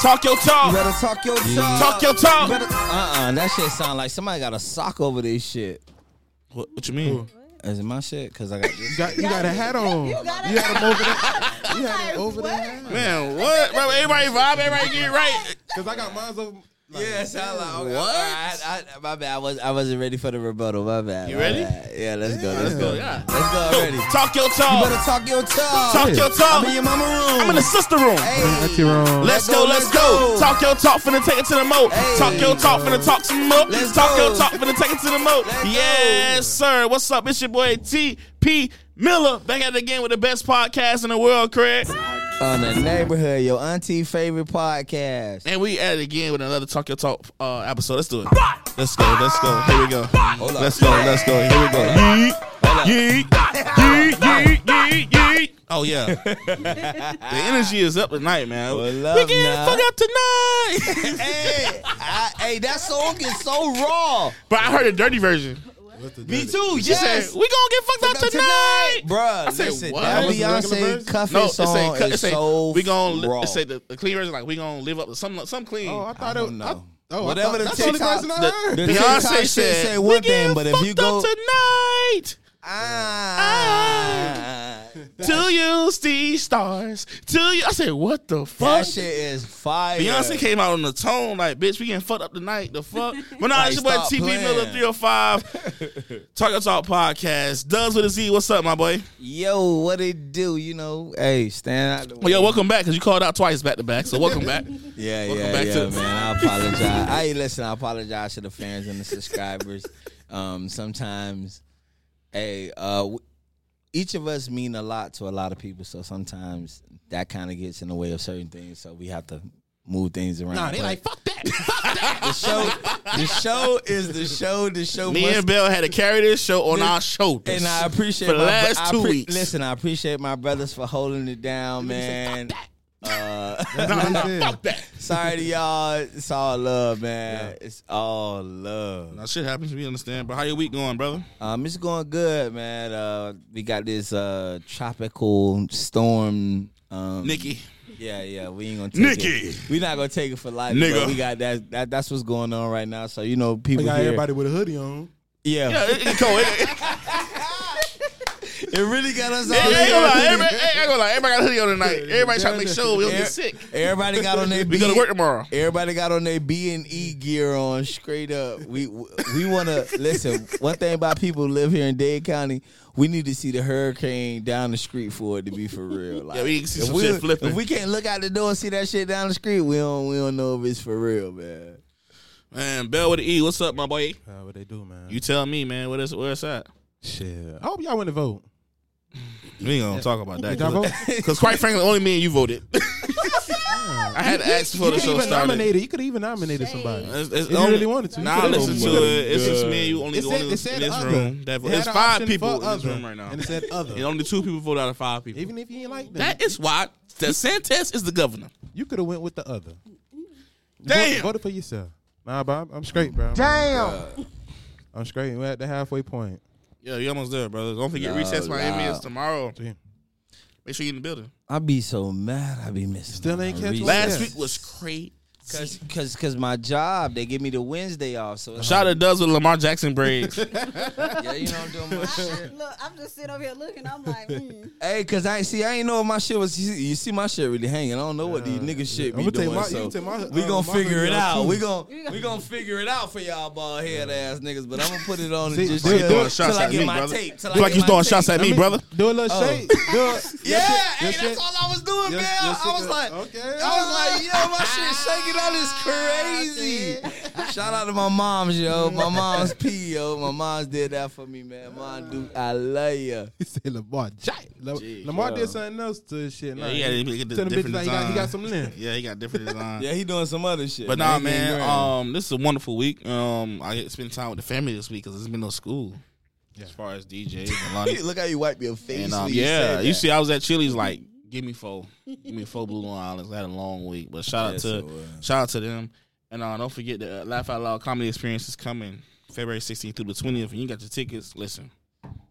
Talk your talk. Better talk your Yeah. talk. Talk your talk. Better- Uh-uh, that shit sound like somebody got a sock over this shit. What, what you mean? Is it my shit? Cause I got this. Got, you got a hat on. You got a had him over there. You had him over there. Man, what? Bro, everybody vibe, everybody get it right. Cause I got mine over. Like, Yeah, it sound like okay, What? I, I, my bad. I was I wasn't ready for the rebuttal. My bad. You my ready? bad. Yeah, let's go. Let's Yeah. go. Yeah. Let's go already. Talk your Better talk. talk your talk. Talk your I'm in talk. your mama room. I'm in the sister room. Hey. Auntie Ron. Let's go, let's go. Talk your talk, finna take it to the mo. Hey. Talk your talk, finna talk some more. Let's Talk go. your talk, finna take it to the mo. Let's Yes, sir. What's up? It's your boy T.P. Miller back at it again with the best podcast in the world, Craig. On the neighborhood, your auntie favorite podcast. And we at it again with another Talk Your Talk uh, episode. Let's do it. Let's go, let's go. Here we go. Oh. Hold up. Let's go, let's go. Here we go. Yeet, yeet, yeet, yeet, yeet, yeet. Oh, yeah. the energy is up tonight, man. Well, up we getting now. fucked up tonight. hey, I, hey, that song is so raw. but I heard a dirty version. What's the Me dirty- too. She said, Yes. we gonna get fucked up tonight. Bruh, said, listen, what? that That was the regular Beyonce version? cuffing No, it's song a, is it's a, so we gonna raw. li- it's a, the, the clean version like we gonna live up to some some clean. Oh, I thought I it don't was. know. I, oh, Whatever I thought, the that's the only TikTok- person I the- heard. the- Beyonce TikTok shit said, say we one thing, getting but if you fucked up go- tonight, ah, to you, Steve Stars, to you. I said, what the fuck? that shit is fire. Beyonce came out on the tone like, bitch, we getting fucked up tonight. The fuck? But nah, Like, it's your boy stop TP playing. Miller 305, Talk Your Talk podcast. Does with a Z. What's up, my boy? Yo, what it do? You know, hey, stand out. The Well, yo, welcome back because you called out twice back to back. So welcome back. Yeah, Welcome yeah, back yeah, to the- man. I apologize. I listen. I apologize to the fans and the subscribers. Um, sometimes, hey, uh, w- each of us mean a lot to a lot of people. So sometimes that kind of gets in the way of certain things. So we have to move things around. Nah, they But like fuck that. Fuck that. the show. the show is the show. The show. Me must and Bill had to carry this show on This- our shoulders. And I appreciate For the my bro- last I two appre- weeks. Listen, I appreciate my brothers for holding it down, man. Uh, That's what it is. fuck that. sorry to y'all. It's all love, man. It's all love. Now, shit happens. We understand. But how your week going, brother? Um, it's going good, man. Uh, we got this uh tropical storm. Um, Nikki. Yeah, yeah. We ain't gonna take Nikki. it. We not gonna take it for life. Nigga. but We got that, that. That's what's going on right now. So you know, We people got here. everybody with a hoodie on. yeah. Yeah, it, it, cold. It- it- it really got us Hey, all. I ain't here. gonna lie. Everybody, I ain't gonna lie. Everybody got a hoodie on tonight. Everybody trying to make sure we don't Air- get sick. Everybody got on their. We go to beat. work tomorrow. Everybody got on their B and E gear on straight up. We we want to listen. One thing about people who live here in Dade County, we need to see the hurricane down the street for it to be for real. Like, Yeah, we need to see if some we- shit flipping. If we can't look out the door and see that shit down the street, we don't we don't know if it's for real, man. Man, Bell with the E. What's up, my boy? Uh, what they do, man? You tell me, man. What is where it's at? Shit. I hope y'all went to vote. We ain't gonna talk about Did y'all vote? that. Because quite frankly, only me and you voted. I had to ask before you the could show even started. nominated. You could even nominated somebody. It's- it's If you only- really wanted to, you Nah, could've listen voted. to it. It's just me and you. Only It the said- only it said in this other. room. That, It had it's an five option for people in this other, room right now. And it said other. And only two people voted out of five people. Even if you ain't like that, That is why DeSantis is the governor. you could have went with the other. Damn. Vote, voted for yourself. Nah, bro, I'm, I'm straight, bro. Damn. I'm straight. We're at the halfway point. Yeah, you almost there, brother. Don't forget No, recess Miami no. is tomorrow. Damn. Make sure you in the building. I be so mad. I be missing. Still ain't my catch reason. one? Last Yeah. week was crazy. Cause, cause, cause my job, they give me the Wednesday off. So it's Shout out to Does with Lamar Jackson braids. like, yeah, you know I'm doing my I, shit. I, look, I'm just sitting over here looking. I'm like, mm. Hey, cause I ain't see, I ain't know if my shit was. You see, you see my shit really hanging. I don't know what these niggas shit be I'ma take doing. my- so you take my- we uh, gonna my figure it video out. too. We gonna we gonna figure it out for y'all bald head ass niggas. But I'm gonna put it on and See, just do it, chill do it. throwing shots till I at get me, my brother. tape. Till I You like get you my throwing tape. shots at me, brother? Do a little Oh. shake. Do a, Yeah, hey, your shit- that's all I was doing, your- man. your I shit was go- like, okay. I was like, yo, my shit shaking out is crazy. Shout out to my mom's, yo. My mom's P, yo. My mom's did that for me, man. Mom, do I love ya. He said Lamar Giant. La- Lamar did something else to his shit. Yeah, he had to get the Tell the bitches different like he got, he design. got some lint. Yeah, he got different design. Yeah, he doing some other shit. But nah, He getting man. grand. Um, this is a wonderful week. Um, I get to spend time with the family this week because there's been no school. As far as DJs and lunch. Look how you wipe your Um, face. and um, when you say yeah, that. you see, I was at Chili's like, give me four, give me four Blue Long Islands. I had a long week, but shout out Yes, it to was. shout out to them. And uh, don't forget the uh, Laugh Out Loud Comedy Experience is coming February 16th through the 20th. And you got your tickets. Listen,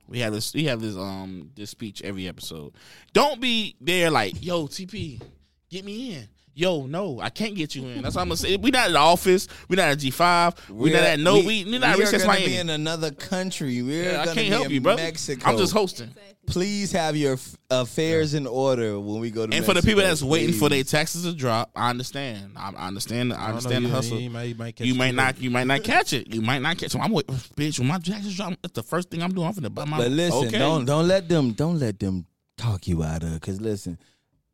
we have this. We have this. Um, this speech every episode. Don't be there like, yo, TP, get me in. Yo, no, I can't get you in. That's what I'm gonna say. We not at the office. We not at G five. We not at no. We, we, not we recess are gonna be Miami. in another country. We're Yeah, I gonna can't be help in you, bro. Mexico. I'm just hosting. Please have your f- uh, affairs in order when we go to. And for the people that's waiting for their please. taxes to drop, I understand. I, I understand. I understand the hustle. You might, you might not. You might not catch it. You might not catch. So I'm wait, bitch. When my taxes drop, that's the first thing I'm doing. I'm finna buy my. But listen, okay. don't don't let them don't let them talk you out of. Because listen,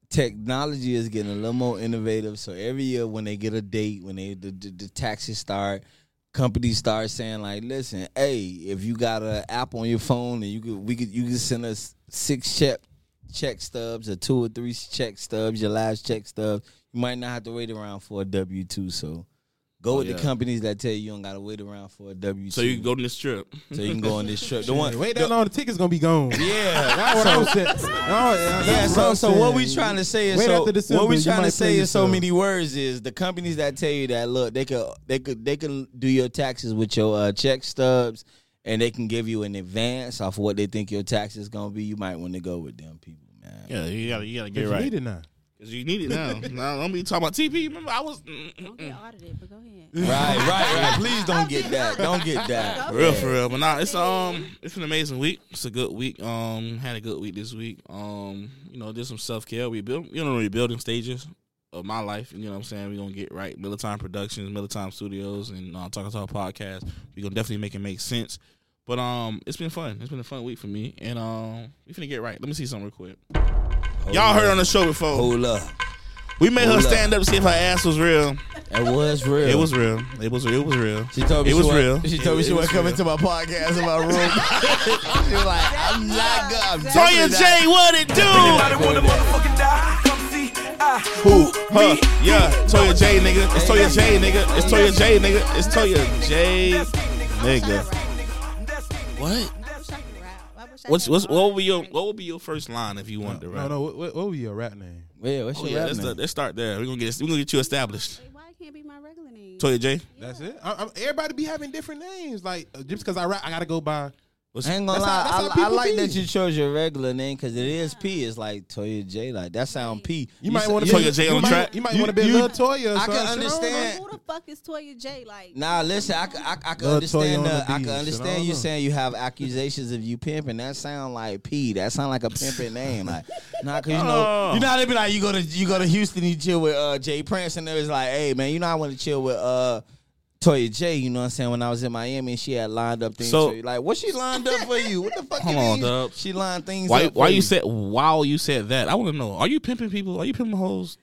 technology is getting a little more innovative. So every year when they get a date, when they the, the, the taxes start, companies start saying like, listen, hey, if you got an app on your phone and you could we could you could send us six check check stubs or two or three check stubs, your last check stubs, you might not have to wait around for a W two. So. Go with Oh, yeah. the companies that tell you you don't gotta wait around for a W two. So you can go to this trip. so you can go on this trip. The one Wait, wait that long, the ticket's gonna be gone. yeah, That's what I'm saying. No, that's yeah. So, I'm so what we saying. trying to say is Wait so after December, what we you trying might to say play is so yourself. many words is the companies that tell you that look they could they could they can do your taxes with your uh, check stubs and they can give you an advance off what they think your tax is gonna be. You might want to go with them people, man. Yeah, you gotta. You gotta If get you right. need it now. Cause you need it now. now don't be talking about TP. Remember, I was mm, mm, Don't get audited, but go ahead. Right, right, right. Please don't get that. Don't get that. for real, for real. But nah, it's um, it's an amazing week. It's a good week. Um, had a good week this week. Um, you know, did some self care. We built, you know, rebuilding stages of my life. You know what I'm saying? We gonna get right. Militime Productions, Militime Studios, and uh, Talking Talk Podcast. We gonna definitely make it make sense. But um, it's been fun. It's been a fun week for me, and um, we finna get right. Let me see something real quick. Y'all heard on the show before. Hold up. we made her hold up. stand up to see if her ass was real. That was real. It was real. It was. It was real. She told me it she was wa- real. She told me It- she it wasn't was coming real. to my podcast in my room. she was like, I'm not good. I'm Toya definitely not- J, what it do? Everybody wanna motherfucking die. Come see I, Who? Huh? Yeah. Toya J, nigga. It's Toya J, nigga. It's Toya J, nigga. It's Toya J, nigga. What? What's what's what would be your what would be your first line if you wanted to No, rap? no. What, what, what was your rap name? Yeah, what's Oh, your yeah, rap let's, name? let's start there. We're gonna get we're gonna get you established. Why it can't be my regular name? Toya J. That's it. I, I'm, everybody be having different names. Like uh, just because I rap, I gotta go by. What's, I ain't gonna That's lie. how- that's how I, I people like be. that you chose your regular name because it is P. It's like Toya J. Like that sound P. You, might want to Toya J on you might- track. You might You- want to be you- Lil Toya. Or I something. can don't know. understand. Who the fuck is Toya J? Like, Nah, listen. I, c- I, I can Lil Toya understand. on The, the I beat, can shit, I understand don't you know. saying you have accusations of you pimping. That sound like P. That sound like a pimping name. Like, nah, cause you know, Oh. you know, how they be like, you go to you go to Houston, you chill with uh, Jay Prince, and it was like, hey man, you know, I want to chill with uh. Toya J, you know what I'm saying? When I was in Miami, she had lined up things. So- for you. like, what she lined up for you? What the fuck? Hold you on, mean? dub. She lined things. Why up why for you said wow? You said that. I want to know. Are you pimping people? Are you pimping hoes?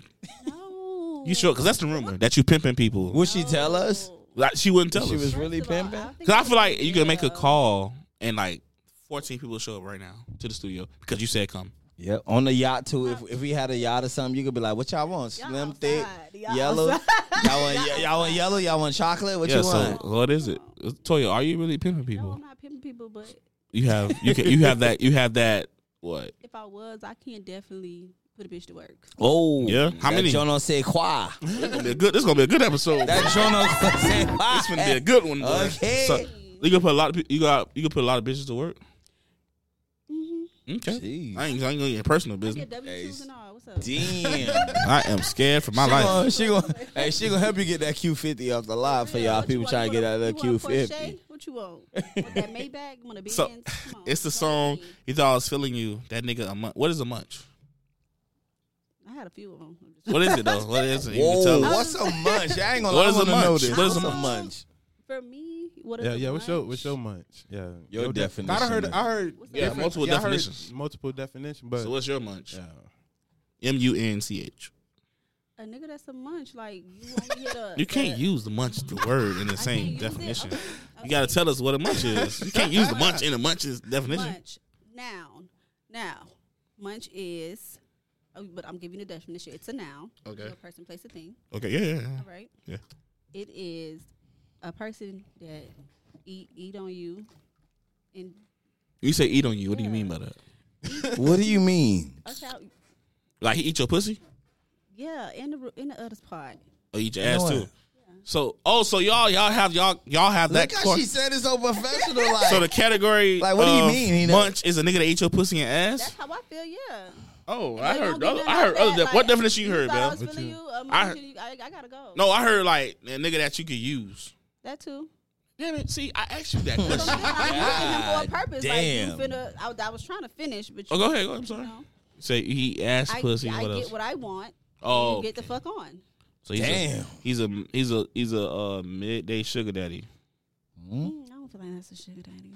no. You sure? Because that's the rumor that you pimping people. Would she tell Oh. us? Like, She wouldn't tell She us. was really First of all, pimping. think Because I it feel was- like you can make a yeah. call and like 14 people show up right now to the studio because you said come. Yeah, on the yacht too. If if we had a yacht or something, you could be like, "What y'all want? Y'all Slim, outside. thick, Y'all yellow. outside. Y'all want y- y'all want yellow? Y'all want chocolate? What yeah, you so want?" what is it? Toya, are you really pimping No, people? I'm not pimping people, but You have you can you have that you have that what? if I was, I can definitely put a bitch to work. Oh, Yeah, how that many? Jono say qua. This gonna be a good this gonna be a good episode. That Jono say qua. this gonna be a good one. boy. Okay. So, you can put a lot of pe- you got you can put a lot of bitches to work. Mm-hmm. Okay. Jeez. I ain't, I ain't gonna get personal I business. get W-2s and all. What's up? Damn. I am scared for my she life. Gonna, she gonna, hey, she gonna help you get that Q fifty off the lot for y'all What you people want? trying You to get want out a- of that you Q want a fifty. Porsche? What you want? Want that Maybach? Want a Benz? So, Come on, it's the go song ahead. you thought I was feeling you. That nigga a munch. What is a munch? I had a few of them. I'm just- What is it though? What is it? You can Whoa, tell us. what's a munch? I ain't gonna. What I is a wanna know munch? this. What is a What's munch? For me, what is Yeah, a yeah. What's your what's your lunch? munch? Yeah, Your def- definition I heard. of- I heard. What's Yeah, that? different- multiple yeah, I heard definitions. multiple definition, but So what's your munch? yeah. M U N C H. A nigga that's a munch. Like you only hit a. You can't use the munch the word in the I same can't use it? definition. Okay, okay. You gotta tell us what a munch is. You can't use the munch in a munch's definition. munch noun. Now, munch is. oh, But I'm giving you the definition. It's a noun. Okay. A person, place, a thing. Okay, yeah, yeah, yeah. All right. Yeah. It is a person that eat eat on you, and You say eat on you. What do you mean by that? What do you mean? a child. Like he eat your pussy Yeah, in the ru- in the other part. or eat your ass No. too? So oh, so y'all y'all have y'all y'all have that. Look how cor- she said it's so professional. Like, so the category Like, what do you of mean he know- munch is a nigga that eat your pussy and ass? That's how I feel. Yeah. Oh, If I you heard. don't Other, give me I heard. nothing Other, back, what like, definition you heard, thought I Bill? was feeling What you? Um, I I, heard- you I, I gotta go. No, I heard like a nigga that you could use. that too. Damn it! See, I asked you that But I'm question. saying, I'm using him for a God purpose. damn. Like you finna, I, I was trying to finish, but you, oh, go ahead. Go ahead. I'm you sorry. know, Say he asked I, pussy. I what get else? what I want. oh, you get the fuck on. so he's Damn. A, he's a he's a he's a uh, midday sugar daddy. Hmm? Mm, I don't feel like that's a sugar daddy.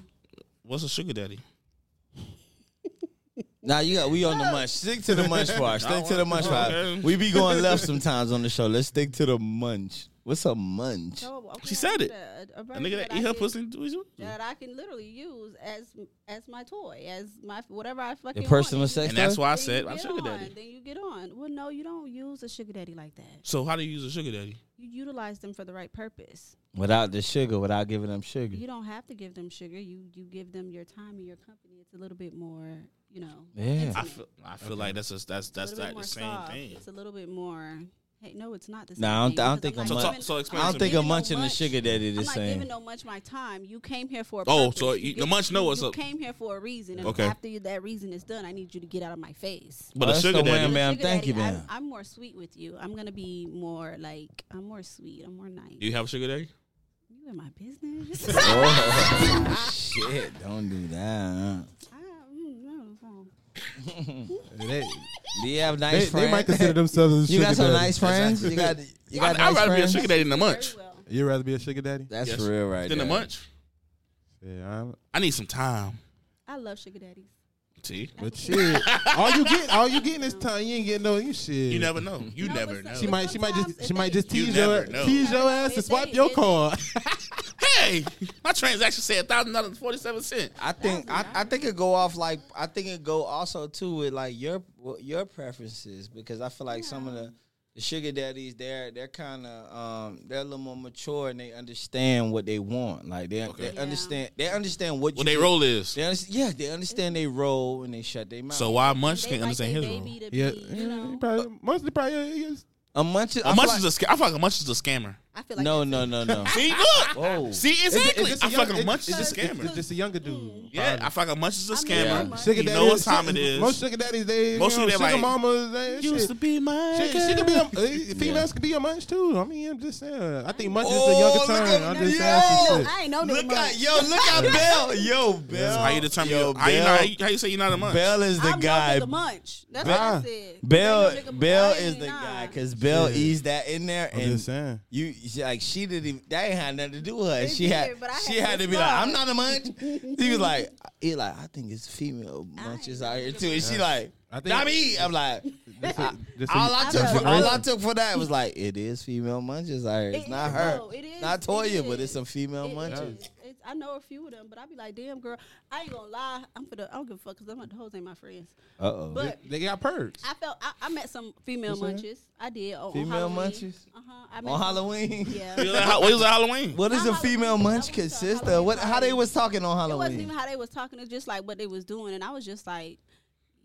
What's a sugar daddy? Now you got we on the munch. Stick to the munch part. Stick to the munch Okay. part. We be going left sometimes on the show. Let's stick to the munch. What's a munch? So, Oh, okay, She I said need it. A, A nigga that I eat her can- pussy. and do his- that I can literally use as as my toy, as my whatever I fucking want. personal Then you- sex And that's why I then you said I'm get sugar on, daddy. Then you get on. Well, no, you don't use a sugar daddy like that. So how do you use a sugar daddy? You utilize them for the right purpose. Without the sugar, without giving them sugar. You don't have to give them sugar. You you give them your time and your company. It's a little bit more, you know. Yeah. intimate. I feel I feel like that's a, that's that's A little bit like more the same soft. thing. It's a little bit more. Hey, no, it's not the same. Nah, I don't thing th- I don't because think I'm a not munch- giving- So- so explain to I'm me. I don't think a giving no munch and a sugar daddy I'm the not giving same. no munch my time. You came here for a Oh, purpose. so you- the munch know you- what's you up. came here for a reason, and Okay. after you, that reason is done, I need you to get out of my face. But Well, a that's sugar the daddy. way Ma'am, Sugar thank you, daddy, ma'am. I'm, I'm more sweet with you. I'm gonna be more like I'm more sweet. I'm more nice. Do you have a sugar daddy? You in my business? Oh, shit, don't do that. I don't know. They, Do you have they, nice they might friends? consider themselves as you got sugar some daddy. nice friends. You got you got I'd, I'd nice rather friends. be a sugar daddy than a munch. Very well. You'd rather be a sugar daddy? That's Yes. real, right? Than a there. munch. Yeah. I'm, I need some time. I love sugar daddies. See, but shit, all you get, all you getting is time. You ain't getting no you shit. you never know. You No, never but know. She might, she might Sometimes just, she if might they- just You tease never your, know. tease your Never know ass and if swipe they- your if- card. Hey, my transaction said thousand dollars and forty seven cent. I think I, I think it go off like I think it go also too with like your what your preferences because I feel like some of the, the sugar daddies they're they're kind of um they're a little more mature and they understand what they want like they they Yeah. understand they understand what What you they role is. they understand, yeah they understand they role and they shut their mouth So why munch They can't like understand their his role? baby to Yeah, be, you know. probably, mostly probably. yeah, yes. a munch is, I A feel munch like- is a scam. I feel like a munch is a scammer. I feel like no that's no no no See, look. whoa See, exactly. just I feel like young- a munch is it's- a it's- scammer. It's just a younger dude. yeah, probably. I feel like a munch is a I mean, scammer. I'm a He munch. know what is- time it is. Most sugar daddies, they Most most you know, of them sugar like, mamas. They, shit. be my. She, she could be a, uh, females could be a munch too. I mean, I'm just saying. I think munch is Oh, the younger look at- term. I'm just it. saying No, some shit. I ain't know that look much. at yo look at Bell yo Bell How you determine? yo, your, how, you Bell- know, how, you, how you say you're not a munch? Bell is the I'm guy The munch. That's Nah. what I said. Bell Regular nigga, Bell I is ain't the nah. guy because Bell eased that in there I'm just and saying. you she- like she didn't even, that ain't had nothing to do with her. It she had did, but I she had had to to be like I'm stop. not a munch. He was like he like I think it's female munches out here too. And she like I think- not me. I'm like Just a- just a- all I took that's for, a all I race. took for that was like it is female munches out here. It's It not is, her. though. It is, not it Toya, but is. it's some female It munches. is. It's- I know a few of them, but I be like, damn girl, I ain't gonna lie. I'm for the. I don't give a fuck because I'm the hoes ain't my friends. Uh oh. But They got perks. I felt I, I met some female saying? munches. I did. oh, On, Female on Halloween. munches? Uh-huh. I met On some- Halloween. Yeah. What was it, Halloween? What does Not a fememale Halloween. munch That was a consist of? Halloween What how they party. was talking on It wasn't even Halloween? how they was talking. It's just like what they was doing, and I was just like,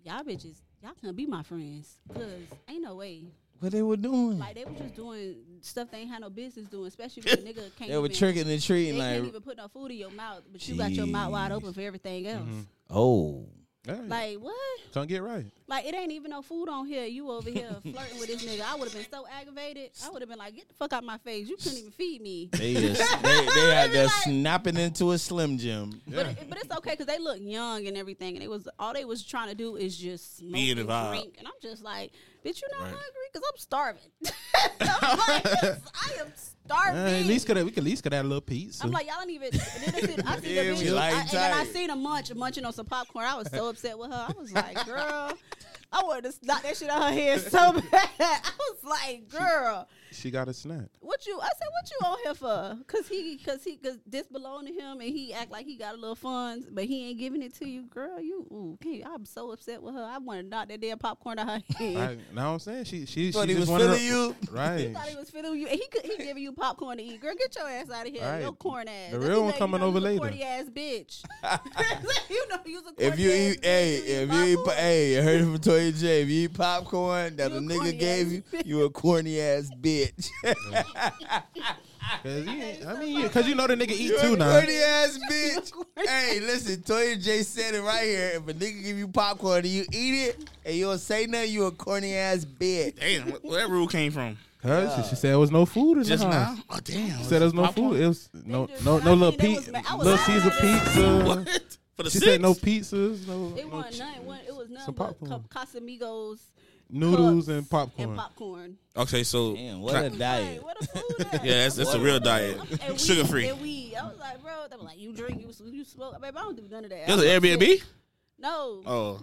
y'all bitches, y'all can be my friends, cause ain't no way. What they were doing? Like they was just doing stuff they ain't had no business doing, especially when a nigga can't. They were even- tricking and They treating can't like even put no food in your mouth, but you got your mouth wide open for everything Mm-hmm. else. oh. Yeah, Like what? don't get right. Like it ain't even no food on here. You over here flirting with this nigga. I would have been so aggravated. I would have been like, get the fuck out my face. You couldn't even feed me. They just they, they had that snapping into a slim jim. But, it, but it's okay because they look young and everything, and it was all they was trying to do is just smoke Be in the and vibe. drink, and I'm just like, bitch, you not hungry? Because I'm starving. I'm like, I am starving. Uh, at least could we could at least could have a little pizza. I'm like, y'all don't even. And then I seen, I seen Yeah, the we video, like I, and then I tight. seen a munch munching on some popcorn. I was so upset with her. I was like, girl, I wanted to knock that shit out her head so bad. I was like, girl, she got a snack. what you? I said, what you on here for? Cause he, cause he, cause this belong to him, and he act like he got a little funds, but he ain't giving it to you, girl. You, ooh, can't- I'm so upset with her. I wanted to knock that damn popcorn out her head. Right. Now I'm saying she she she Thought he was just wanted feeling a- you. He Right. thought he was fiddling with you. and He could, he giving you popcorn to eat. Girl, get your ass out of here. Right. Your corn ass. The Let real me one let you coming know over you's a later. Corny ass bitch. you know you's a corny If you ass eat, bitch. hey, if you eat, popcorn. po- hey, you heard it from Toya J. If you eat popcorn that You a a nigga corny gave ass you, bitch. you a corny ass bitch. Cause you ain't- I mean, because you know the nigga eat You too a now. Dirty ass bitch. hey, listen, Toya J said it right here. If a nigga give you popcorn and you eat it and you don't say nothing, you a corny ass bitch. Damn, wh- where that rule came from? Cause she said there was no food in Just Uh-huh. the house. now? Oh, damn. She said there was no food. It was no They just- no I no little mean, they was pizza, ma- I was little mad. Caesar pizza. What? For the She six? said no pizzas, no, It no wasn't ch- none. It wasn't- It was none Some but popcorn. Ca- Casamigos noodles cups and popcorn. and popcorn. Okay, so Damn, what a Can diet. Like, what a food at? Yeah, that's- that's a real diet. And weed- Sugar-free. And weed. I was like, bro, they were like, you drink, you, you smoke. Baby, I don't do none of that. I, it was an Airbnb. No. Oh,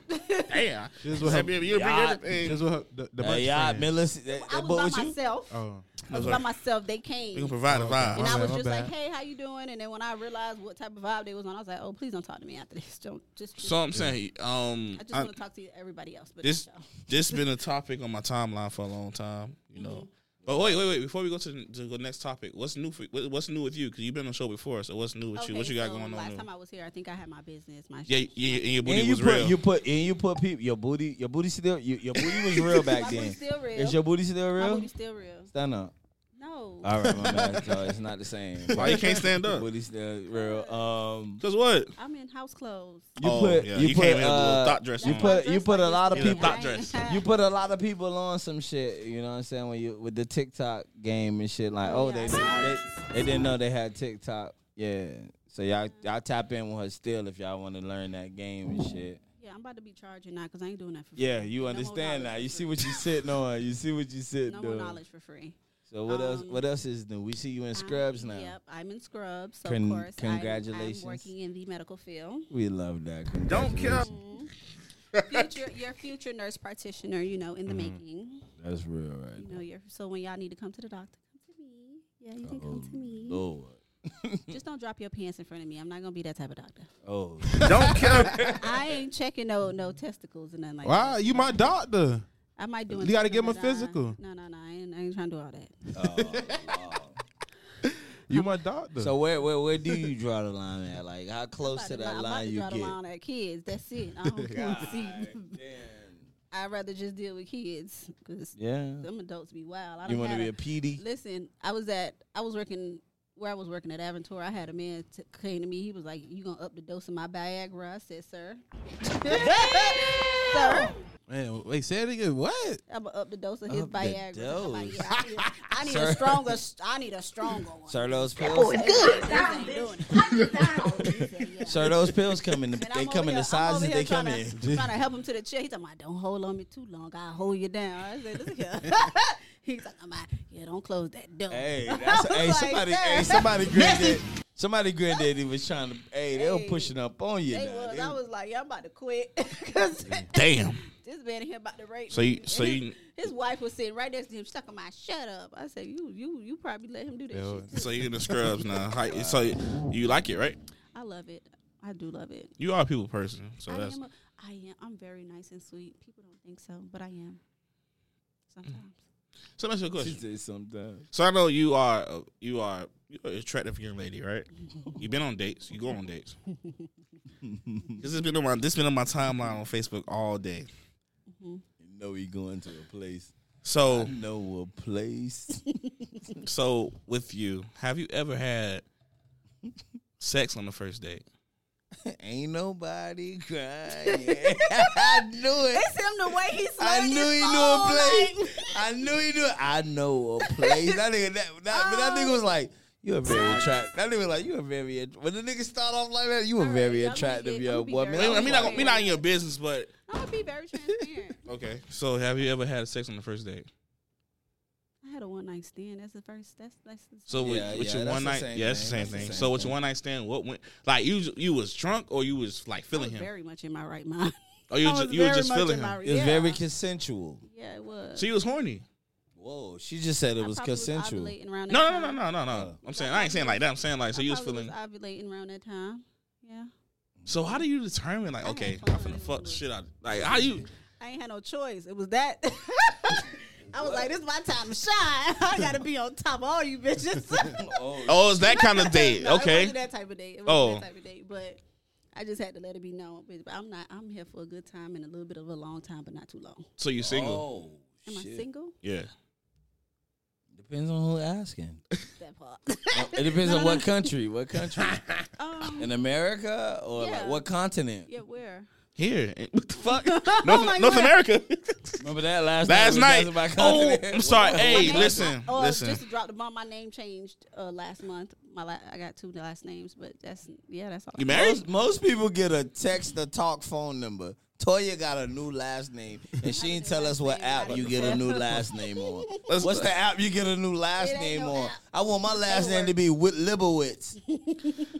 damn! This is what happened. Airbnb, you bring Yeah. everything. That's what her, the, the Uh, bunch yeah, saying. Miller, that, that I boy was with by you. myself. Oh, I was That's by right. myself. They We can came. provide a vibe. And I My was bad, just my like, bad. hey, how you doing? And then when I realized what type of vibe they was on, I was like, oh, please don't talk to me after this. Don't just. So I'm saying, um, I just I- want to talk to you, everybody else. But this not y'all. this been a topic on my timeline for a long time, you Mm-hmm. know. But wait, wait, wait! Before we go to the, to the next topic, what's new? For, what- what's new with you? Because you've been on the show before, so what's new with you? What you got so going Last on? time New? I was here, I think I had my business. My Yeah, shit. yeah, and your booty And you was put real. you put and you put people your booty your booty still you, your booty was real back My then. booty's still real. Is your booty still My real? booty's still real. Stand up. No. All right, my bad. So it's not the same. Why you can't stand Your up? booty still real. Um, Cause what? I'm in house clothes. you Oh, put yeah, you, you put came in with a little uh, thought dress you on. put you put a lot of Yeah, people thought dress. you put a lot of people on some shit. You know what I'm saying? When you with the TikTok game and shit, like oh they didn't, they, they didn't know they had TikTok. Yeah, so y'all y'all tap in with her still if y'all want to learn that game and shit. Yeah, I'm about to be charging now because I ain't doing that for free. Yeah, you No more understand knowledge that. for You see free. what you sitting on. You see what you sitting No more on. knowledge for free. So what else? Um, What else is new? We see you in scrubs I'm- now. Yep, I'm in scrubs. So Con- of course, I'm- congratulations. I'm, working in the medical field. We love that. Don't care. Congratulations. Mm-hmm. Future, your future nurse practitioner, you know, in the Mm-hmm. making. That's real, right? You know, your so when y'all need to come to the doctor, come to me. Yeah, you can come to me. Lord. Just don't drop your pants in front of me. I'm not gonna be that type of doctor. Oh, Don't care. I ain't checking no no testicles and nothing like that. Wow, you my doctor. I might do. You gotta give 'em a but I- physical. No, no, no. I ain't, I ain't trying to do all that. You my doctor. so where where where do you draw the line at? Like how I'm close about to to that li- I'm about line to you draw the get? line at kids. That's it. I don't want to see. I'd rather just deal with kids because Yeah. them adults be wild. I You done want to had be a PD? Listen, I was at I was working where I was working at Aventura. I had a man t- came to me. He was like, "You gonna up the dose of my Viagra?" I said, "Sir, sir, Man, wait, say it again. What? I'm gonna up the dose of his Up the Viagra." I'm like, dose. "Yeah, I need, I need Sir. a stronger. I need a stronger one." Sir, those pills. good. ain't doing it. He said, "Yeah." Sir, those pills come in. The, And they I'm come over in here- the I'm sizes over they here come tryna- in. Trying to help him to the chair. He's talking about, don't hold on me too long. I'll hold you down. I said, listen here. He's talking about, yeah, don't close that door. Hey, that's, I was hey, like, somebody, "Sir." hey, somebody, granddaddy, somebody, granddaddy was trying to. Hey, they were Hey. pushing up on you. They now. was. They- I was like, yeah, I'm about to quit. Because Damn. this man in here about to rape So me. you- so And you- his, his wife was sitting right next to him. She's talking about, shut up. I said, you you, you probably let him do that Yeah. shit. too." So you in the scrubs now? How- So you like it, right? I love it. I do love it. You are a people person, so I that's am. A, I am. I'm very nice and sweet. People don't think so, but I am. Sometimes. so that's your She question. said sometimes. So I know you are a- you are you're an attractive young lady, right? You've been on dates. You go on dates. this has been on my this been on my timeline on Facebook all day. You know he going to a place. So Know a place. so with you, have you ever had sex on the first date? Ain't nobody crying. I knew it. It's him the way he I slurred knew his he knew phone, a like- place. I knew he knew. it. I know a place. That nigga, that, that, but that nigga was like, you a very attractive. That nigga was like, you a very. att- When the nigga start off like that, you a Alright, very I'ma attractive get- I'ma young be woman. very I mean, attractive. not, we not in your business, but I'm gonna be very transparent. okay. So have you ever had sex on the first date? I had a one night stand. That's the first. That's that's. The So with, Yeah, with yeah, your that's one the night, same yeah, it's the thing. same That's the thing. same so with thing. your one night stand, what went like you you was drunk or you was like I feeling him? was very much in my right mind. Oh, you I was was just, you was very just much feeling in my him. re- It was Yeah. very consensual. Yeah, it was. So you was horny. Whoa, she just said it I was probably consensual. ovulating around that No, no, no, time. no, no, no, Oh. no. I'm saying I ain't saying like that. I'm saying like so I you was probably feeling. ovulating around that time. Yeah, So how do you determine like had okay, fun I'm finna with fuck the it. shit out? of- Like how you? I ain't had no choice. It was that. I was like, this is my time to shine. I gotta be on top of all you bitches. Oh, it's that kind of date. No, It Okay. wasn't that type of date. It Oh. wasn't that type of date, but I just had to let it be known. But but I'm not. I'm here for a good time and a little bit of a long time, but not too long. So you single? Oh, Am I shit. single? Yeah. Depends on who asking. Uh, That part. it depends on what country. What country? um, In America or like Yeah. what continent? yeah, where? Here, what the fuck? Oh North, my North God. America. Remember that last Last night. night? we was talking about Oh, continent? I'm sorry. My Hey, name- listen, oh, listen. Just to drop the bomb, my name changed uh, last month. My la- I got two last names, but that's yeah, that's all. You married? Most, most people get a text or talk phone number. Toya got a new last name, and she didn't tell us what app you get a new last name on. Let's- What's the app you get a new last It ain't name no on? app. I want my last name to be Whit Libowitz.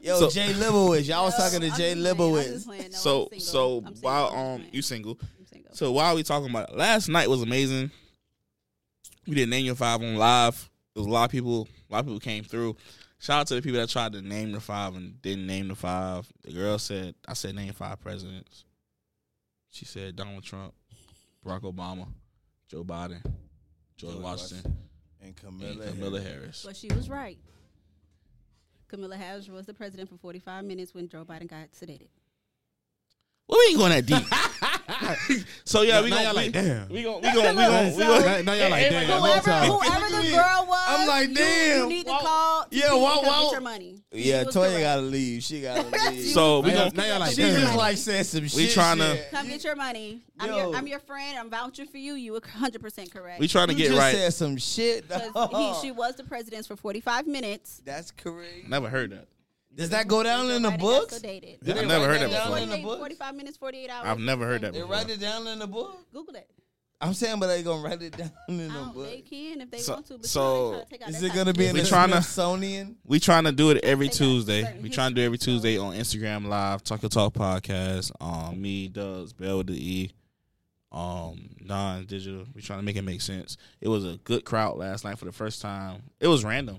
Yo, So- Jay Libowitz. Y'all was talking to I'm Jay just playing, I'm Libowitz. just playing. No, I'm So, single. so I'm single, while I'm um just you playing. single, I'm single. so while we talking about it, last night was amazing. We did name your five on live. There was a lot of people. A lot of people came through. Shout out to the people that tried to name the five and didn't name the five. The girl said, "I said name five presidents." She said Donald Trump, Barack Obama, Joe Biden, George George Washington, And and Camilla. Kamala Harris. But she was right. Camilla Harris was the president for 45 minutes when Joe Biden got sedated. Well, we ain't going that deep. so yeah, we now gonna y'all like, we- damn. We gonna we gonna we gonna we So- gonna Now- now y'all like, Everybody go- damn. Whoever- Whoever, time. whoever the girl was, I'm like, you- damn. You need to Wow. call. Yeah, you need to wow, come get wow. your money. Yeah, She was Toya correct. gotta leave. She gotta leave. So we Now y'all- gonna now y'all like, she damn. just like said some shit. We tryna- shit. Come get your money. I'm Yo. your, I'm your friend. I'm vouching for you. You were 100 percent correct. we trying to You get just right. said some shit. because she was the president for 45 minutes. That's correct. Never heard that. Does that go down in the Biden got books? Sedated. I've they never heard write that that down before. in the 48, books? 45 minutes, 48 hours. I've never heard that They before. write it down in the book. Oh, Google it. I'm saying, but they gonna write it down in the I don't- they book. can if they So- want to. But so- you know they tryna take out Is that it type gonna of be in We the tryna- Smithsonian? We trying to do it every They got Tuesday. certain We trying to do it every history, Tuesday on Instagram Live, Talk Your Talk podcast. Um, me, Doug's, Bell with the E, um, non digital. We trying to make it make sense. It was a good crowd last night for the first time. It was random.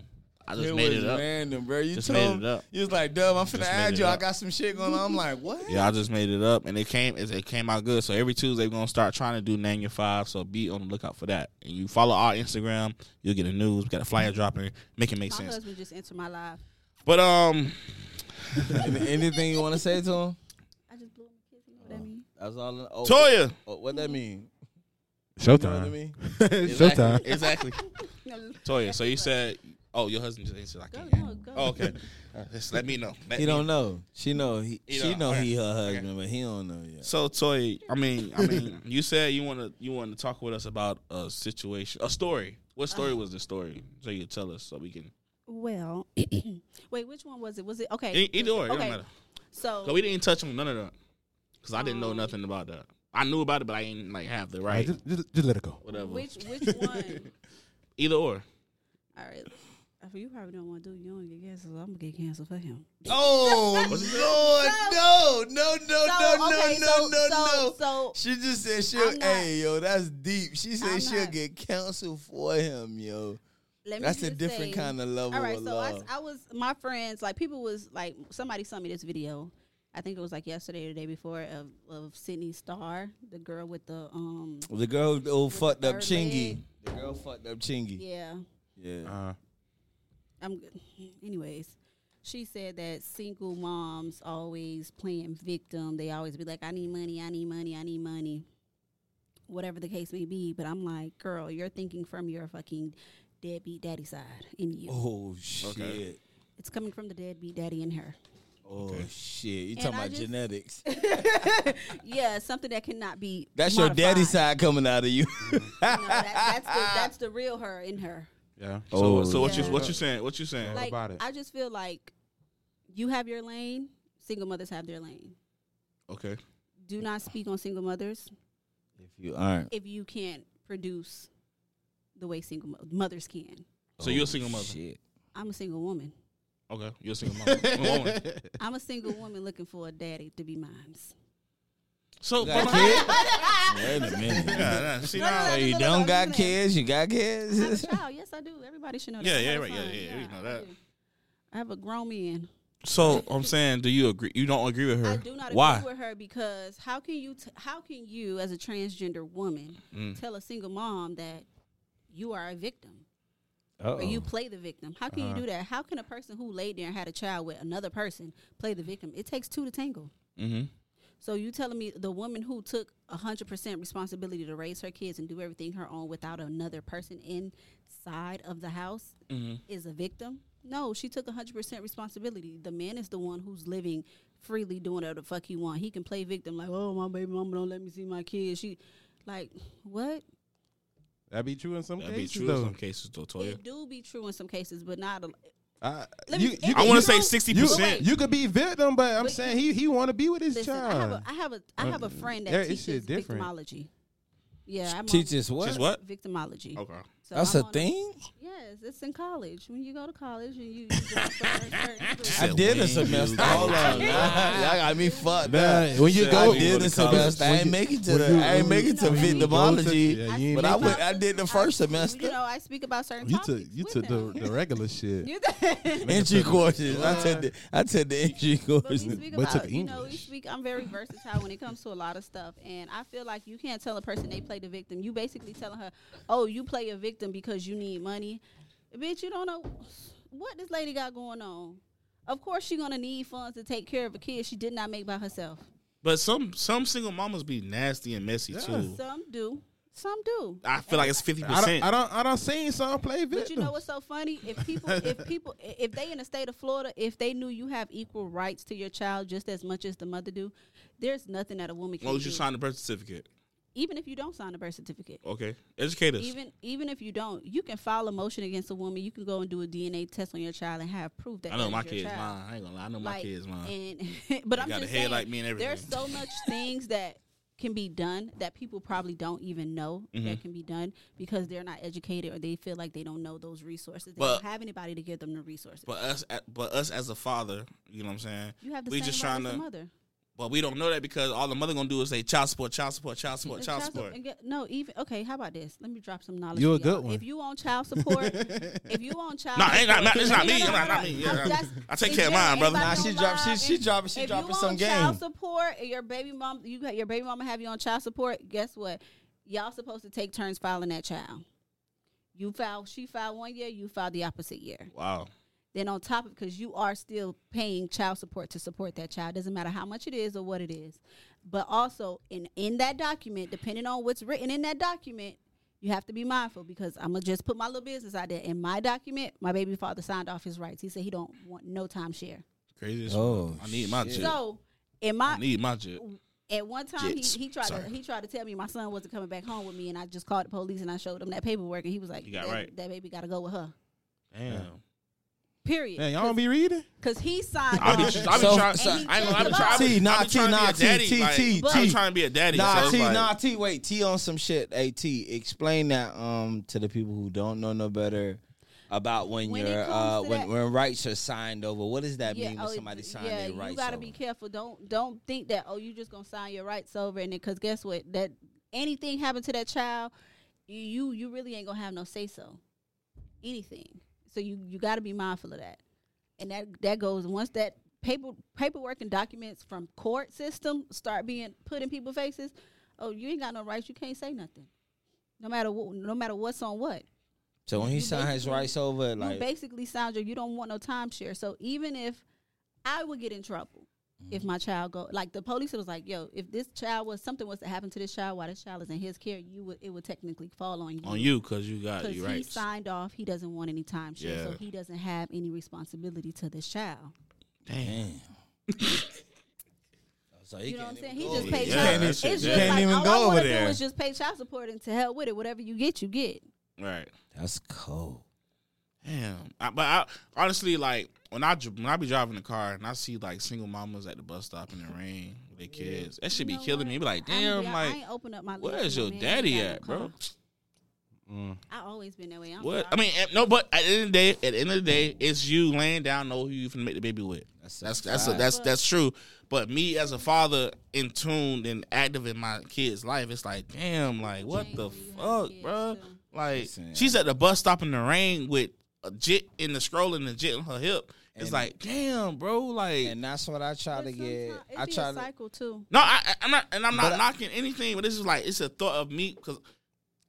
I just made was it up. random, bro. You Just made told it up. You was like, "Dub, I'm finna Just made add it you. I up. got some shit going on." I'm like, "What?" Yeah, I just made it up, and it came it came out good. So every Tuesday we're gonna start trying to do name your five. So be on the lookout for that. And you follow our Instagram, you'll get the news. We got a flyer dropping. Make it make My sense. husband just entered my life. But um, Anything you want to say to him? I just blew him a kiss. You know what that mean? That's all. Oh, Toya, oh, what that mean? You know what I Showtime. mean? Showtime. exactly. Oh. No, just- Toya, so you said, oh, your husband just said I Go, can't. go, go. Oh, okay. Just let me know. Let He me don't know. She know. He, He she don't- know okay. he her husband, but he don't know yet. So Toy, I mean, I mean, you said you want to you want to talk with us about a situation, a story. What Uh-huh. story was the story? So you tell us so we can. Well, wait, which one was it? Was it okay? E- either way, it don't okay. matter. So, Cause we didn't touch on none of that. Cause I didn't know Um, nothing about that. I knew about it, but I didn't like have the right Just, just, just let it go. whatever. which which one? Either or. All right, Uh, you probably don't want to do. You don't get canceled. I'm gonna get canceled for him. Oh Lord, no, no, no, no, no, okay, no, so- no, so- no. so- She just said she'll. I'm not- Hey, yo, that's deep. She said I'm she'll not- get counsel for him, yo. Let me That's a just different say- kind of level All right, of so I, love. I was my friends like people was like somebody sent me this video. I think it was like yesterday or the day before of of Sydney Starr, the girl with the um the girl who who fucked up third Chingy. leg. The girl fucked up Chingy. yeah. Yeah. Uh, I'm good. Anyways, she said that single moms always playing victim. They always be like, I need money, I need money, I need money. Whatever the case may be. But I'm like, girl, you're thinking from your fucking deadbeat daddy side in you. Oh shit. It's coming from the deadbeat daddy in her. Oh shit. You And talking I about just- genetics? Yeah, something that cannot be. That's your daddy modified. side coming out of you. No, that, that's, the, that's the real her in her. yeah. So, Oh, so what yeah. you what you saying? What you saying? Like, about it? I just feel like you have your lane, single mothers have their lane. okay. Do not speak on single mothers. if you aren't, if you can't produce the way single mo- mothers can. So you're a single mother. Oh, Shit. I'm a single woman. Okay. You're a single mom. Well, woman. I'm a single woman looking for a daddy to be mine. So You got but- Wait a minute. Yeah, nah, see, No, no, nah, no, like- no, You no, don't no, got no. kids? You got I have kids? a child. Yes, I do. Everybody should know that. Yeah, I yeah, have a right, yeah, son. yeah, we know I that. do. I have a grown man. So I'm saying, do you agree? You don't agree with her? I do not agree Why? with her because how can you t- how can you as a transgender woman tell a single mom that you are a victim? Oh. or you play the victim. How can you do that? How can a person who laid there and had a child with another person play the victim? It takes two to tangle. Mm-hmm. So you telling me the woman who took hundred percent responsibility to raise her kids and do everything her own without another person inside of the house Mm-hmm. is a victim? No, she took hundred percent responsibility. The man is the one who's living freely, doing whatever the fuck he want. He can play victim like, oh my baby mama don't let me see my kids. She, like, what? That be true in some That'd be cases true in though. some cases, though, Toya. It do be true in some cases, but not. A, I, Let you, me- you, it- I want you to say know- sixty you, But percent. wait. you could be victim, but I'm But saying he he want to be with his Listen, I have child. a I have a I Uh, have a friend that there- it's teaches shit different. victimology. Yeah, I'm on Teaches what? Just what? victimology. Okay. So That's I'm a on thing. Yes, it's in college. When you go to college and you, you dress for a certain I group. did a when semester. you- Hold on, y'all got me fucked Man, up. When you Said go, when I you go did to a college. semester. I ain't make it to When the. you- I ain't make it to when you go Go to- victimology. yeah, you ain't but make I it. went. I did the first semester. You know, I speak about certain You took topics. you with took the, them. the regular shit. You did. Entry courses. I took the. I took the entry But we courses. speak But it about, took you know, we English. speak. I'm very versatile when it comes to a lot of stuff, and I feel like you can't tell a person they play the victim. You basically telling her, "Oh, you play a victim because you need money, bitch. You don't know what this lady got going on. Of course, she gonna need funds to take care of a kid she did not make by herself. But some some single mamas be nasty and messy too. Some do, some do. I feel like it's fifty I don't, percent. I don't I don't seen some play victim. But you know what's so funny? If people, if people, if they in the state of Florida, if they knew you have equal rights to your child just as much as the mother do, there's nothing that a woman As can long as you do. sign the birth certificate. even if you don't sign a birth certificate. Okay. Educate us. Even even if you don't, you can file a motion against a woman. You can go and do a DNA test on your child and have proof that I know that my is your kid's child. mine. I ain't gonna lie. I know my Like, kid's mine. And but They I'm got just a head saying, like me and everything. there's so much things that can be done that people probably don't even know Mm-hmm. that can be done because they're not educated or they feel like they don't know those resources. They But- don't have anybody to give them the resources. But us, but us as a father, you know what I'm saying. you have the we same just right trying as to, the mother. but we don't know that because all the mother gonna do is say child support, child support, child support, If child support- support. and get- No, even okay. How about this? Let me drop some knowledge. You for a good y'all. one. If you on child support, if you on child, No, support, ain't not, not, it's not No, me. no, It's no, not, no, not no. me. I'm Yeah. just- I take in care of general, mine, brother. everybody Nah, she on drop- she- live, she and dropping- she if you dropping on some game. Child support. and Your baby mom. You got your baby mama have you on child support. Guess what? Y'all supposed to take turns filing that child. You file. She filed one year. You filed the opposite year. Wow. Then on top of because you are still paying child support to support that child, doesn't matter how much it is or what it is. But also in in that document, depending on what's written in that document, you have to be mindful because I'm gonna just put my little business out there. In my document, my baby father signed off his rights. He said he don't want no timeshare. Crazy. as Oh, fuck. I need my jit. So in my I need my jit. at one time he, Jits. he tried Sorry. to he tried to tell me my son wasn't coming back home with me, and I just called the police and I showed him that paperwork, and he was like, You got that, right. that baby got to go with her." Damn. Period. Man, y'all don't be reading. Because he signed. I be, I off. be trying. so- I ain't gonna. I be T, trying. I be- nah, I be T, trying to be nah, a T, daddy, T, like, T, I be T. trying to be a daddy. so Nah, it's T, like, nah, T. Wait, T on some shit. Hey, T, explain that um to the people who don't know no better about when, When it your uh comes to when, that- when rights are signed over. What does that mean when oh, somebody signs yeah, their rights you gotta over? be careful. Don't don't think that oh you just gonna sign your rights over and because guess what that anything happened to that child, you you, you really ain't gonna have no say so, anything. So you you gotta be mindful of that, and that that goes once that paper paperwork and documents from court system start being put in people's faces. Oh, you ain't got no rights. You can't say nothing, no matter what, no matter what's on what. so when he you signed his basically- rights over, you like basically sound your you don't want no timeshare. So even if I would get in trouble Mm-hmm. if my child go like the police was like, yo, if this child was something was to happen to this child while this child is in his care, you would it would technically fall on you. on you because you got Because you he Oh, right. signed off, he doesn't want any timeshare, so Yeah. he doesn't have any responsibility to this child. damn. so he You know what I'm can't saying? even He go just over there. paid Yeah, child. that it's shit just dead. like Can't even all go I over wanna there. do is just pay child support and to hell with it. Whatever you get, you get. Right. That's cold. Damn. I, but I, honestly, like when I dr- when I be driving the car and I see like single mamas at the bus stop in the rain with their kids, that should be You know killing what? me. It Be like, I'm damn, gonna be- I like ain't open up my legs where is to no your man. daddy He got no at, bro? car. I always been that way. I'm What? sorry. I mean, eh, no, but at the end of the day, at the end of the day, it's you laying down, know who you can make the baby with. That's a That's that's a, fact. that's that's true. But me as a father, in tuned and active in my kid's life, it's like, damn, like what the Change when you have fuck, kids, bro? too. Like Listen. she's at the bus stop in the rain with a jit in the scroll and a jit on her hip. It's And- like, damn, bro. Like And that's what I try to But get. sometime- it I be try a to. cycle too. no, I, I- I'm not, and I'm not But I- knocking anything. But this is like, it's a thought of me because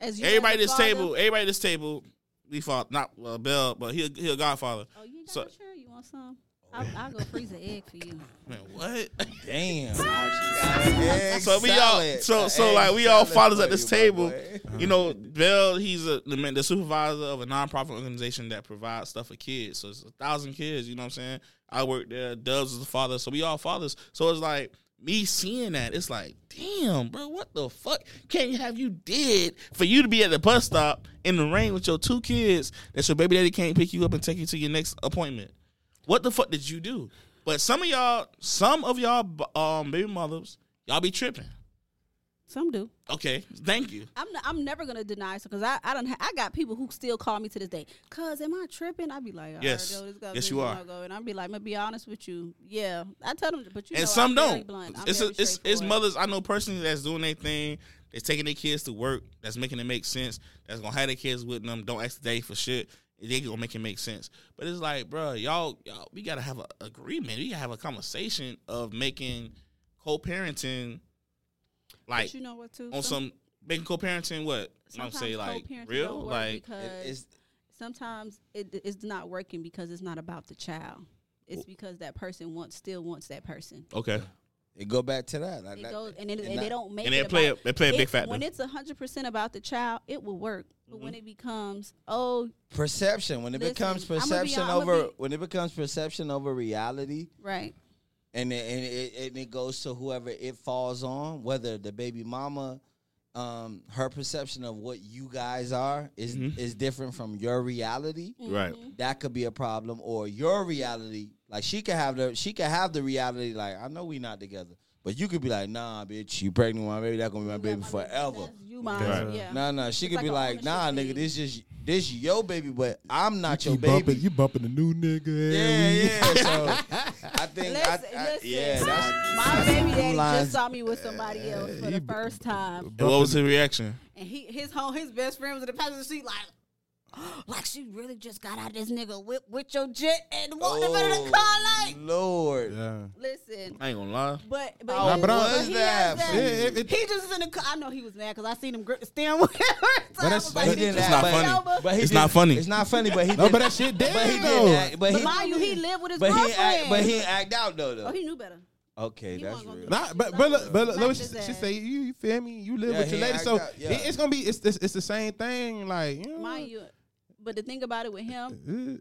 As you everybody at as a this father- table, everybody at this table, we fought not uh, Bell, but he a, he a godfather. Oh, you ain't got So- no chair? You want some? I'll, I'll go freeze an egg for you. Man, what? Damn. Egg so we all salad. so A so egg like we all salad fathers for at this you, my table. boy. You know, Bell, he's a, the man, the supervisor of a nonprofit organization that provides stuff for kids. So it's a thousand kids. You know what I'm saying? I work there. Dubs is the father. So we all fathers. So it's like me seeing that. It's like, damn, bro, what the fuck? Can't have you dead for you to be at the bus stop in the rain with your two kids that your baby daddy can't pick you up and take you to your next appointment. What the fuck did you do? But some of y'all, some of y'all, b- um, baby mothers, y'all be tripping. Some do. Okay, thank you. I'm n- I'm never gonna deny it because I I don't ha- I got people who still call me to this day. Cause am I tripping? I'd be like, "All Yes. though, this gotta Yes, be you a are. no-go." And I'd be like, "I'm gonna be honest with you. Yeah, I tell them, but you and know, some I'm very don't. blunt. I'm It's a, very it's it's straightforward. mothers I know personally that's doing their thing. They're taking their kids to work. That's making it make sense. That's gonna have their kids with them. Don't ask the day for shit. They gonna make it make sense. But it's like, bro, y'all, y'all, we gotta have an agreement. We gotta have a conversation of making co-parenting like But you know what? Too on Some- some making co-parenting what I'm sometimes saying like co-parenting don't real work like because It's, sometimes it, it's not working because it's not about the child. It's because that person wants still wants that person. okay it go back to that. Like It that- goes and, it, and, that- they don't make and it they play a, about- they play a big it- factor. When it's hundred percent about the child, it will work. But when Mm-hmm. it becomes, oh, perception. When it Listen, becomes I'ma be perception hon- I'ma over be- when it becomes perception over reality, right, and it, and it, and it goes to whoever it falls on, whether the baby mama, um, her perception of what you guys are is is different from your reality. Mm-hmm. right That could be a problem, or your reality. Like she could have the she could have the reality. Like I know we not together, but you could be like, nah, bitch, you pregnant with my baby. That gonna be my baby That's my baby. forever. That's you, mine. Right. Yeah. No, no, she It's could be a like, nah, nigga, ownership thing. this is this your baby, but I'm not You your baby. bumping, you bumping the new nigga. Yeah, every- yeah. So I think, I, Listen, I- listen. yeah, that's My baby daddy lines. just saw me with somebody else for the first time, And what was his reaction and he his home his best friend was in the passenger seat, like, like she really just got out this nigga with, with your jet and walked in front of the car, like, Oh, Lord. yeah. listen. I ain't gonna lie But but, How he, but I- but was he that is for that- you? Yeah, it- it- he just was in the car. I know he was mad because I seen him grip the steering wheel. so I that's- was but like, he did didn't you act get funny. over? but he It's did- not funny. It's not funny, but he No, did, but that shit dead. but he though. did act, but But he, mind you, he lived with his but he, girlfriend. act, but he ain't act out though, though. oh, he knew better. okay, he that's wasn't gonna real. do Nah, but but look, but look, look what she, Smacked his she say. ass. You, you feel me? You live Yeah, with your he lady, act so out, yeah. it- it's gonna be it's, it's it's the same thing. Like you know, Mind you, but the thing about it with him,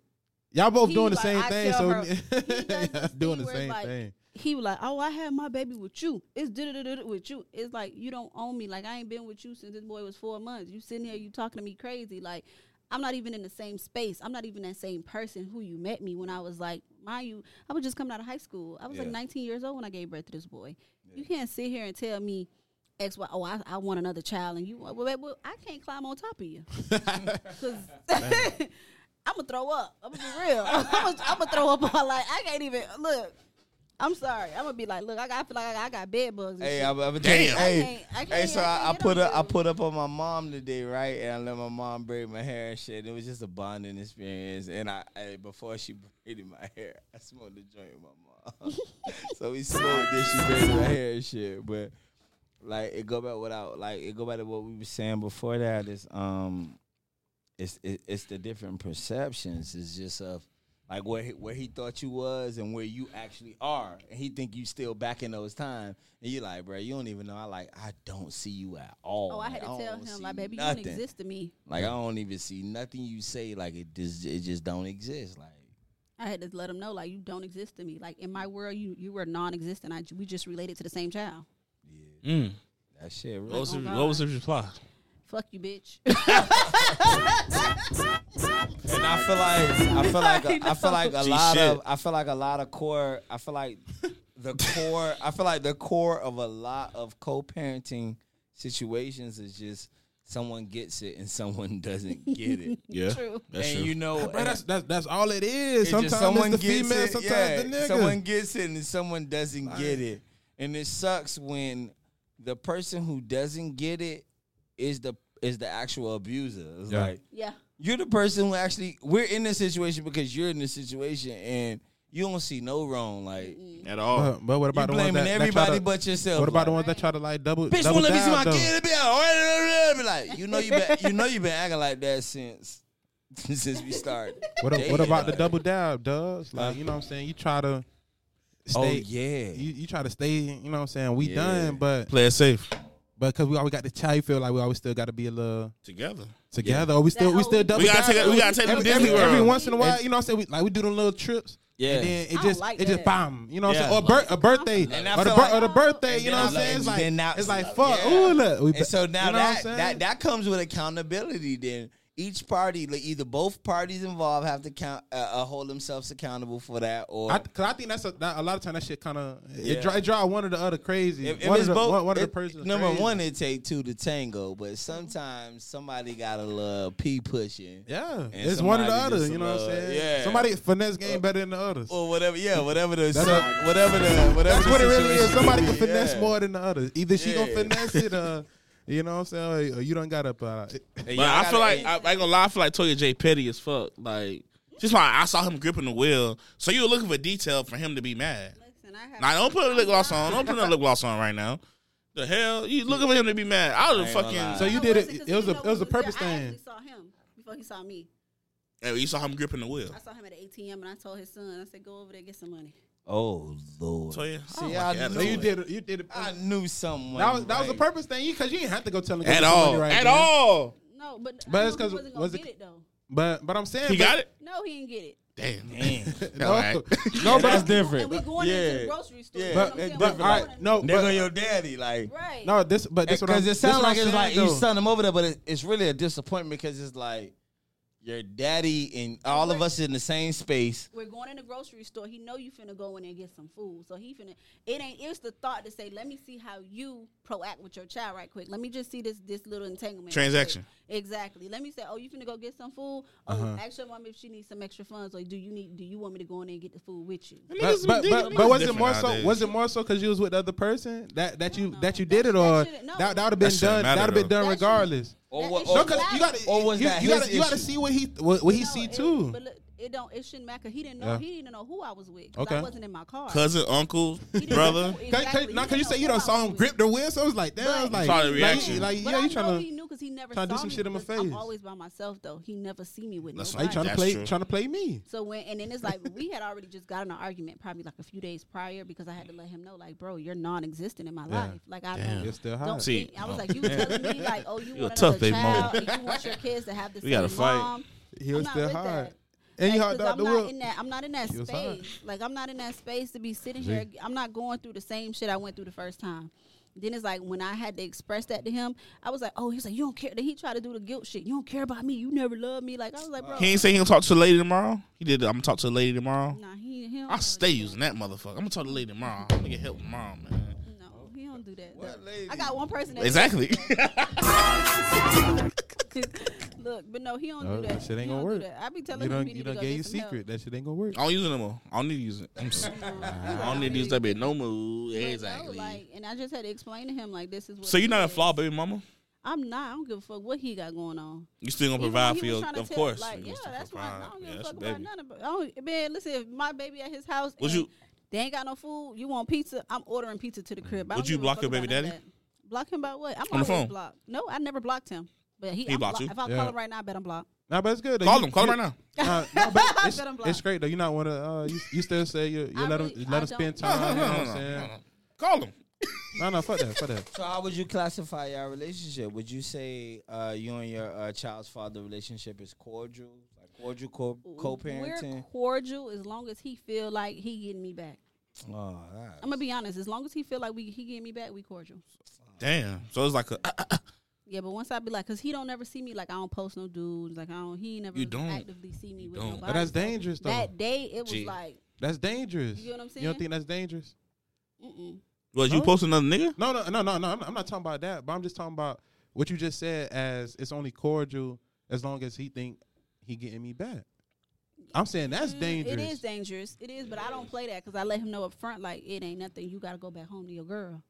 you, all both He doing the like, same I thing. tell So her- he does this doing the thing where it's same like- thing. he was like, "Oh, I had my baby with you. It's da with you. It's like you don't own me. Like I ain't been with you since this boy was four months. You sitting here, you talking to me crazy. Like I'm not even in the same space. I'm not even that same person who you met me when I was like, mind you, I was just coming out of high school. I was like Yeah. 19 years old when I gave birth to this boy. You can't sit here and tell me." X Y. Oh, I, I want another child, and you. Well, well, well, I can't climb on top of you. Cause I'm gonna throw up. I'm gonna be real. I'm gonna, I'm gonna throw up. All like I can't even look. I'm sorry. I'm gonna be like, look, I, got, I feel like I, I got bed bugs. and Hey, shit. I, I, I tell you, Damn. hey, I can't- I hey, so can't I, I get put on up, I you. put up on my mom today, right? And I let my mom braid my hair and shit. It was just a bonding experience. And I, I before she braided my hair, I smoked a joint with my mom. so we smoked, then she braided my hair and shit. But like, it go back without, like, it go back to what we were saying before that. Is um, it's it, it's the different perceptions. It's just of. Like where he, where he thought you was and where you actually are, and he think you still back in those times, and you like, bro, you don't even know. I like, I don't see you at all. oh, I Like, had to don't tell see him, like, baby, you nothing. don't exist to me. Like I don't even see nothing you say. Like it just it just don't exist. Like I had to let him know, like, you don't exist to me. Like in my world, you you were non-existent. I we just related to the same child. Mm. that shit. What Really, oh was, his, what was his reply? Fuck you, bitch. and I feel like I feel like a, I feel like a She lot shit. of I feel like a lot of core. I feel like the core. I feel like the core of a lot of co-parenting situations is just someone gets it and someone doesn't get it. Yeah, True. that's and true. you know, Bro, and- that's, that's that's all it is. It's sometimes just someone it's the gets female, it, sometimes yeah, the nigga. Someone gets it and someone doesn't get it, and it sucks when the person who doesn't get it is the is the actual abuser. It's Yeah. like Yeah. you're the person who actually we're in this situation because you're in this situation and you don't see no wrong. Like At all. but, Uh, but what about you the ones blaming that, that try everybody to, but yourself. What about the like, ones that try to like double? Bitch, double won't let me see down, my though? kid. Be like, "Oh, blah, blah, blah," be like, you know, you been, you know, you been acting like that since since we started. What, a- what Damn. about the double dab, Dubs? Like, you know what I'm saying? You try to Oh stay. yeah. You, you try to stay, you know what I'm saying? We Yeah. done, but Play it safe. but because we always got the child, you feel like we always still got to be a little Together. together. Or we still we whole- still double We gotta dab. take a- we gotta take them every, to every, Disney World. every once in a while, you know what I'm saying? We, like, we do them little trips. yeah. And then I it don't just like it that. just bomb, you know what I'm Yeah. saying? Or, bir- a birthday, And I or the, feel bir- like- or the birthday, you and know what I'm then saying? I It's love- like then now it's like it's fuck, like- ooh yeah. look, we, And so now you know what I'm that saying? that that comes with accountability. Then each party, like either both parties involved, have to count, uh, uh, hold themselves accountable for that, or I, cause I think that's a, that, a lot of time that shit kind of Yeah. it, dri- it drive one or the other crazy. if, if one, it's of the, both, one, one of the it- persons number crazy. one, it take two to tango. But sometimes somebody got a little pee pushing yeah, and it's one or the somebody other. just You know what I'm love- saying? yeah. Uh, Somebody finesse game better than the others. or whatever. Yeah, whatever the That's sub- whatever the whatever. That's the what it really is. situation Somebody may can be. finesse Yeah. more than the others. Either she gonna Yeah. finesse it, or you know what I'm saying? Or, or you done got up. Uh, And But y'all I gotta- feel like I, I ain't gonna lie. I feel like Toya J petty as fuck. Like just like I saw him gripping the wheel. So you were looking for detail for him to be mad. Listen, I have Now don't put a lip gloss on. Don't put a lip gloss on right now. The hell you looking for him to be mad? I was ain't gonna fucking. lie. So So you, you No, did listen, it- 'cause it was he a- know it was we a purpose there. I thing. actually saw him before he saw me. you saw him gripping the wheel. I saw him at the ATM and I told his son, I said, go over there get some money. Oh lord. Toya, I don't See, like I your knew so you attitude. it. did. it- You did. It, I knew someone. that was that was a right. purpose thing. You because you didn't have to go telling at somebody all. right at then. all. No, but, But I it's knew 'cause he wasn't was gonna it- get it though. But but I'm saying He but- got it. No, he didn't get it. Damn. No, All right. no, That's but different. And we going into Yeah. the grocery store. Yeah. you know but what I'm saying? but all We're right. going- No, Nigga, but, your daddy, like. Right. no. This but this what I'm- Because it this what sounds I'm like it's saying, like though. you sent him over there, but it, it's really a disappointment because it's like your daddy and all of us in the same space. We're going in the grocery store. He know you finna go in and get some food. So he finna it ain't it's the thought to say, let me see how you proact with your child right quick. Let me just see this this little entanglement. right quick." Transaction. Exactly. Let me say, Oh, you finna go get some food? Oh, Uh-huh. ask your mom if she needs some extra funds or do you need do you want me to go in there and get the food with you? But, but, but, but was it more so? Nowadays. Was it more so because you was with the other person that that you that you That- did it, that or shouldn't- no. that that would have That been shouldn't done? That matter, would have been though. done That shouldn't- regardless. Or That what- issue No, or- because you got matters. to Or was you, that you his gotta, you gotta issue? see what he what, what he No, see it- too. But look, it don't. It shouldn't matter. 'cause He didn't know. Yeah. He didn't know who I was with. 'cause Okay. I wasn't in my car. Cousin, uncle, He didn't brother. know- Cause, exactly, cause, now, he cause didn't you say know you who I done was saw him with. grip the wheel, so I was like, damn, I was But- like, Saw the like, reaction. Like, yeah, But I you know trying he to, knew because he never tryna do saw some me, shit in my 'cause I'm face. always by myself though. He never see me with That's like nobody. trying to That's play, true. trying to play me. So when and then it's like we had already just got in an argument probably like a few days prior because I had to let him know like bro you're non-existent in my Yeah. life like I Damn. don't, You're still don't hot. See, think- I was like you telling me like oh you You're want a tough another baby mama. child and you want your kids to have the We same gotta fight. mom He I'm was not still with hard, that. and you Like, hard 'cause out I'm the not wheel. in that. I'm not in that He was space. hard. Like I'm not in that space to be sitting here. I'm not going through the same shit I went through the first time. Then it's like when I had to express that to him, I was like, "Oh, he's like, you don't care." Then he tried to do the guilt shit. You don't care about me. You never love me. Like I was like, "Bro, He ain't say he gonna talk to the lady tomorrow. He did. I'm gonna talk to the lady tomorrow. nah, he, he don't I really stay do using that motherfucker. I'm gonna talk to the lady tomorrow. I'm gonna get help tomorrow, man. that. No, he don't do that. What Look, lady? I got one person. That Exactly. Look, but no, he don't No, do that that. shit ain't He gonna don't do work. that. I be telling You him done, he you need to done go gave your get some help. secret. That shit ain't gonna work. I don't use it no more. I don't need to use it. I'm s- I don't need to use that bitch no more. But no, Exactly. like, and I just had to explain to him like, this is what. So you're it not a is. flaw, baby mama. I'm not. I don't give a fuck what he got going on. You still gonna Even provide when for he was your, trying to of tell- course. Like, you yeah, gonna still that's provide. fine. I don't give Yeah, a that's fuck your about baby. none of it. I don't- Man, listen, if my baby at his house, Would and you- They ain't got no food. You want pizza? I'm ordering pizza to the crib. I Would don't you give a block fuck your baby about none of daddy? that. Block him by what? I'm On the always phone. blocked. No, I never blocked him. But he, He I'm blocked blo- you? If I Yeah. call him right now, I bet I'm blocked. Nah, but it's good. though. Call You- him. Call him you- right now. Uh, no, but it's, Bet I'm black. it's great though. You're not one of uh, you, you still say you, you I let really- him let I him spend don't. No, time. you know no, what no, I'm no, saying? no. Call him. No, no, fuck that, fuck that. So how would you classify your relationship? Would you say uh, you and your uh, child's father relationship is cordial, like cordial co- We're co-parenting? cordial as long as he feel like he getting me back. Oh, that's- I'm gonna be honest. As long as he feel like we he getting me back, we cordial. Damn. So it's like a. uh, Yeah, but once I be like, cause he don't ever see me. Like I don't post no dudes. Like I don't. He never You don't. actively see me with don't. nobody. But that's So dangerous though. That day, it was Gee. like, that's dangerous. You know what I'm You saying? don't think that's dangerous? mm-mm. Was Oh. you Huh? posting another nigga? No, no, no, no, no. I'm not, I'm not talking about that. But I'm just talking about what you just said. As it's only cordial as long as he think he getting me back. I'm saying that's Mm, dangerous. It is dangerous. It is, but I don't play that because I let him know up front, like it ain't nothing. You got to go back home to your girl.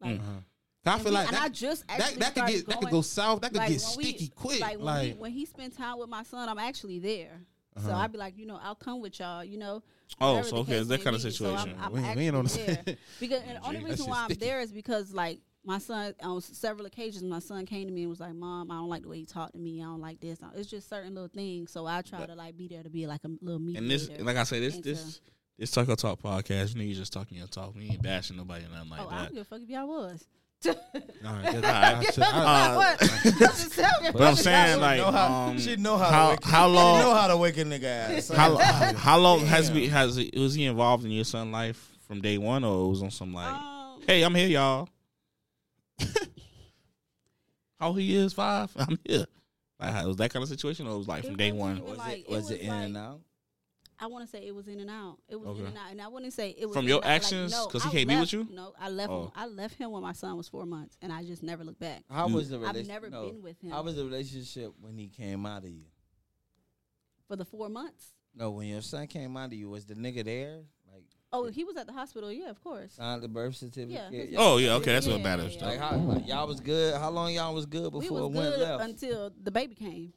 Like, Uh-huh. 'Cause I and feel we- like and I that, just that, actually that could started get that could going- go south. That could like, get when we- sticky quick. Like when, Like, we, when he spent time with my son, I'm actually there. So Uh-huh. I'd be like, you know, I'll come with y'all. You know. Oh, whatever so the okay, case it's that may kind of be. So situation. I'm, I'm We ain't- we actually ain't on the there same- because and the only That reason shit's why I'm sticky. there is because like my son on several occasions my son came to me and was like mom i don't like the way you talk to me i don't like this Uh, it's just certain little things so i try to like be there to be like a little mediator. And this, like I say, this, Into- this, this Taco Talk podcast, niggas just talking your talk. We ain't bashing nobody or nothing like oh i that. don't give a fuck if y'all was All right, right. good. I should- I- Uh, But I'm saying, like, know how, um, she know how, how to wake how She know long how to wake a nigga ass. how how long has Damn. we has he- was he involved in your son life from day one, or it was on some like, Uh, um, hey, I'm here, y'all. how he is five, I'm here. Like, how- was that kind of situation, or it was like from It day wasn't one? even was Like, it, it was it, was in like- and out? I want to say it was in and out. It was Okay. in and out, and I wouldn't say it was From in your and out, like, actions? no, 'Cause he I can't be with left- you? No, I left. Oh. Him, I left him when my son was four months, and I just never looked back. How Dude. was the I've relationship? never been with him. How was the relationship when he came out of you? For the four months, No, when your son came out of you, was the nigga there? Like oh, he was at the hospital. Yeah, of course. signed the birth certificate? Yeah, his- Oh yeah, okay, that's what Yeah, matters. yeah, Like, how, like, y'all was good. How long y'all was good we before was it went good left? until the baby came.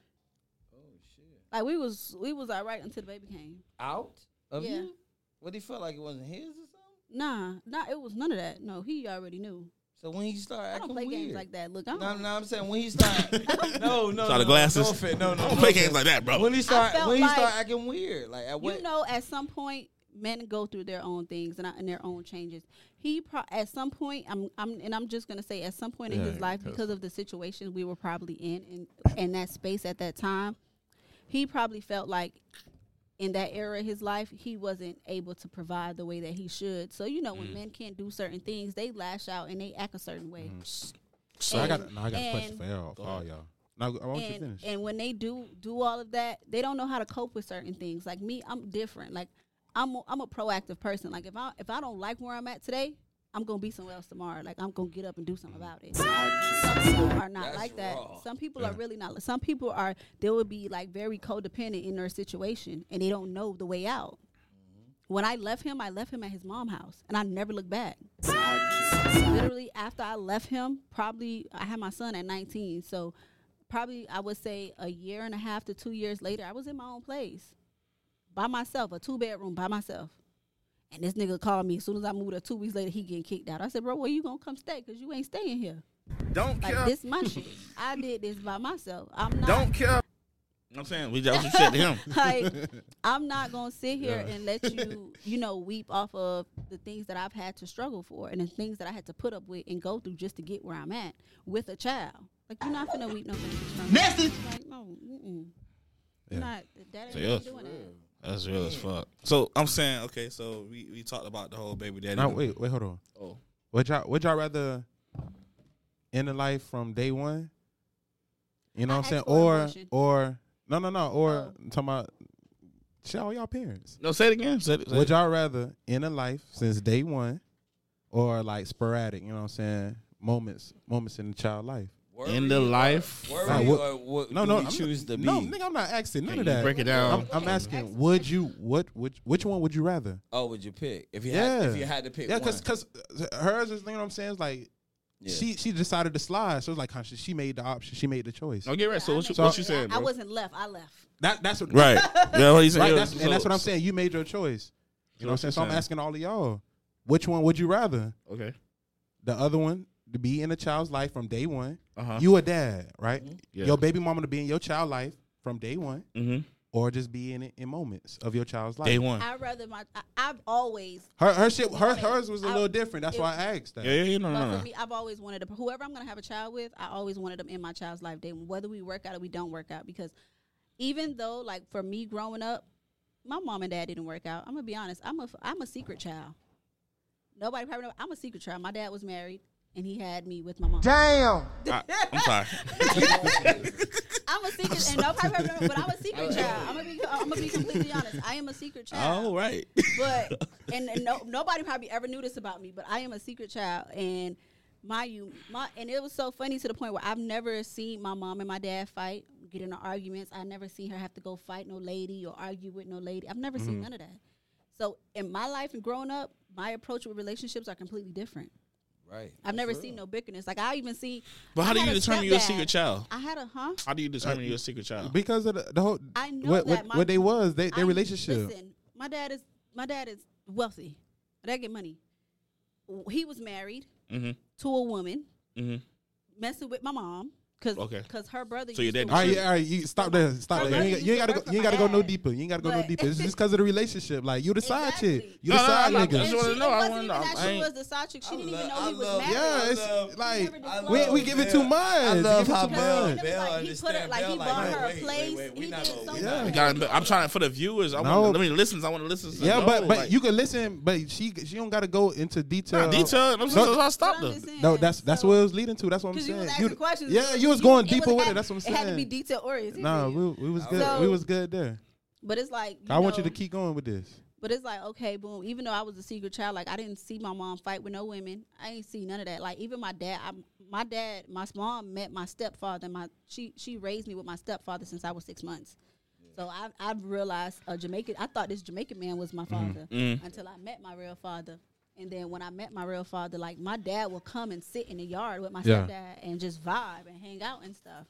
oh shit! Like we was we was all right until the baby came. Out of Yeah. you? What he felt like it wasn't his or something? Nah, nah, it was none of that. No, he already knew. So when he started I acting don't play weird, games like that. Look, I'm No, no, I'm saying when he started. no, no, Saw no, the glasses. No, offense, no, no, Don't no play offense. games like that, bro. When he start, felt when he start like- acting weird, like at what? You know, at some point, men go through their own things and, I, and their own changes. He pro- at some point, I'm, I'm, and I'm just gonna say, at some point in Yeah, his life, because- because of the situation we were probably in and and that space at that time, he probably felt like in that era of his life, he wasn't able to provide the way that he should. So you know, when Mm. men can't do certain things, they lash out and they act a certain way. Mm-hmm. So I And- got, no, I got a question and- for y'all, for all y'all. No, I want you to and, finish. and when they do do all of that, they don't know how to cope with certain things. Like me, I'm different. Like I'm a, I'm a proactive person. Like if I if I don't like where I'm at today, I'm gonna be somewhere else tomorrow. Like I'm gonna get up and do something about it. Some people are not That's like that. raw. Some people are really not. Some people are. They would be like very codependent in their situation, and they don't know the way out. Mm-hmm. When I left him, I left him at his mom's house, and I never looked back literally after I left him, probably I had my son at 19. So probably I would say a year and a half to two years later, I was in my own place by myself, a two bedroom by myself. And this nigga called me as soon as I moved there. Two weeks later, he getting kicked out. I said, "Bro, where you gonna come stay? Cause you ain't staying here. Don't Like this my shit. I did this by myself. I'm not. care. I'm saying we that's what you said to him. like I'm not gonna sit here Yeah. and let you, you know, weep off of the things that I've had to struggle for and the things that I had to put up with and go through just to get where I'm at with a child. Like you're not gonna weep no nasty. Like no, mm-mm. Yeah. not that ain't So, how you yeah. doing that. That's real as fuck. So I'm saying, okay, so we, we talked about the whole baby daddy. No, wait, wait, hold on. Oh. Would y'all, would y'all rather end the life from day one? You know I what I'm saying? asked for Or, abortion. or no, no, no. Or Oh. I'm talking about, shout y'all parents. No, say it again. Say it, say it. Would y'all rather end a life since day one, or like sporadic? You know what I'm saying? Moments, moments in the child life. Worry In the or- life- worry Nah, what- or what No, do no. we I'm- choose to be. No, nigga, I'm not asking none Can of you that. break it down? I'm, I'm asking. Ask- Would you? What? Which? Which one would you rather? Oh, would you pick if you Yeah. had if you had to pick? Yeah, one. because because hers is you know what I'm saying. It's like Yeah. she she decided to slide. So it's like huh, she, she made the option. She made the choice. No, Oh, get right. So I what you made- what you I- saying, I bro? wasn't left. I left. That that's what Right. yeah, what you saying? right. That's, So- and that's what I'm saying. You made your choice. You know what I'm saying. So I'm asking all of y'all, which one would you rather? Okay. The other one to be in a child's life from day one. Uh huh. You a dad, right? Mm-hmm. Yeah. Your baby mama to be in your child life from day one, Mm-hmm. or just be in it in moments of your child's life. Day one. I'd rather my. I, I've always. Her her shit her Wanted- hers was a I- little different. That's it- why I asked that. Yeah, yeah, yeah. No, no, But no. for me, I've always wanted to, whoever I'm going to have a child with, I always wanted them in my child's life day, whether we work out or we don't work out. Because even though, like, for me growing up, my mom and dad didn't work out. I'm going to be honest. I'm a, I'm a secret child. Nobody probably know. I'm a secret child. My dad was married and he had me with my mom. I, I'm sorry. I'm a secret, and nobody probably know, but I'm a secret child. I'm going to be, I'm going to be completely honest. I am a secret Oh, child. All right. but and, and no, nobody probably ever knew this about me, but I am a secret child, and my you my and it was so funny to the point where I've never seen my mom and my dad fight, get into arguments. I never seen her have to go fight no lady or argue with no lady. I've never Mm-hmm. seen none of that. So in my life and growing up, my approach with relationships are completely different. right. I've never seen no bickerness. Like I even see. But how I do had you a determine you're a stepdad. secret child? I had a huh. How do you determine you're a secret child? Because of the, the whole I know what, that what, my- what they was they, their I- relationship. Listen, my dad is my dad is wealthy. My dad get money. W- He was married Mm-hmm. to a woman Mhm. messing with my mom because Okay. her brother. So your used to dad- All right, work- Oh, yeah, all right. You stop there. Stop there. You ain't, you ain't gotta go. You ain't gotta go no deeper. You ain't gotta go no deeper. It's just because of the relationship. Like you the side chick. Exactly. You the Uh-huh, No, no, side no, no, I nigga. And just wanna she- know, I It wasn't wanna even know. that I she ain't- was the side chick. She I didn't love- even know I he was love- married. Yeah, it's love- like never I disclosed. we we give it too Bell. much. I love how Give it too Bell, much. much. Bell Like, he put understand. it- like, he Bell bought wait, her a wait, wait, place. wait, we He not did gonna- so we not much. You Yeah. gonna- gotta- I'm trying for the viewers. I No. want. I mean, listeners. I want to listen. To Yeah, know, but but like, you can listen, but she she don't gotta go into detail. detailed. I'm No. so I stopped But I'm them. just saying, No, that's that's so- what it was leading to. That's what I'm Because saying. you was You- asking questions. Yeah, you was You- going it deeper was with at- it. That's what I'm saying. It had to be detail oriented. Nah, we we was good. So- we was good there. But it's like I want you to keep going with this. But it's like okay, boom. Even though I was a secret child, like I didn't see my mom fight with no women. I ain't see none of that. Like even my dad, I, my dad, my mom met my stepfather. My she she raised me with my stepfather since I was six months. So I I've realized a Jamaican. I thought this Jamaican man was my father until I met my real father. And then when I met my real father, like my dad would come and sit in the yard with my Yeah. stepdad and just vibe and hang out and stuff.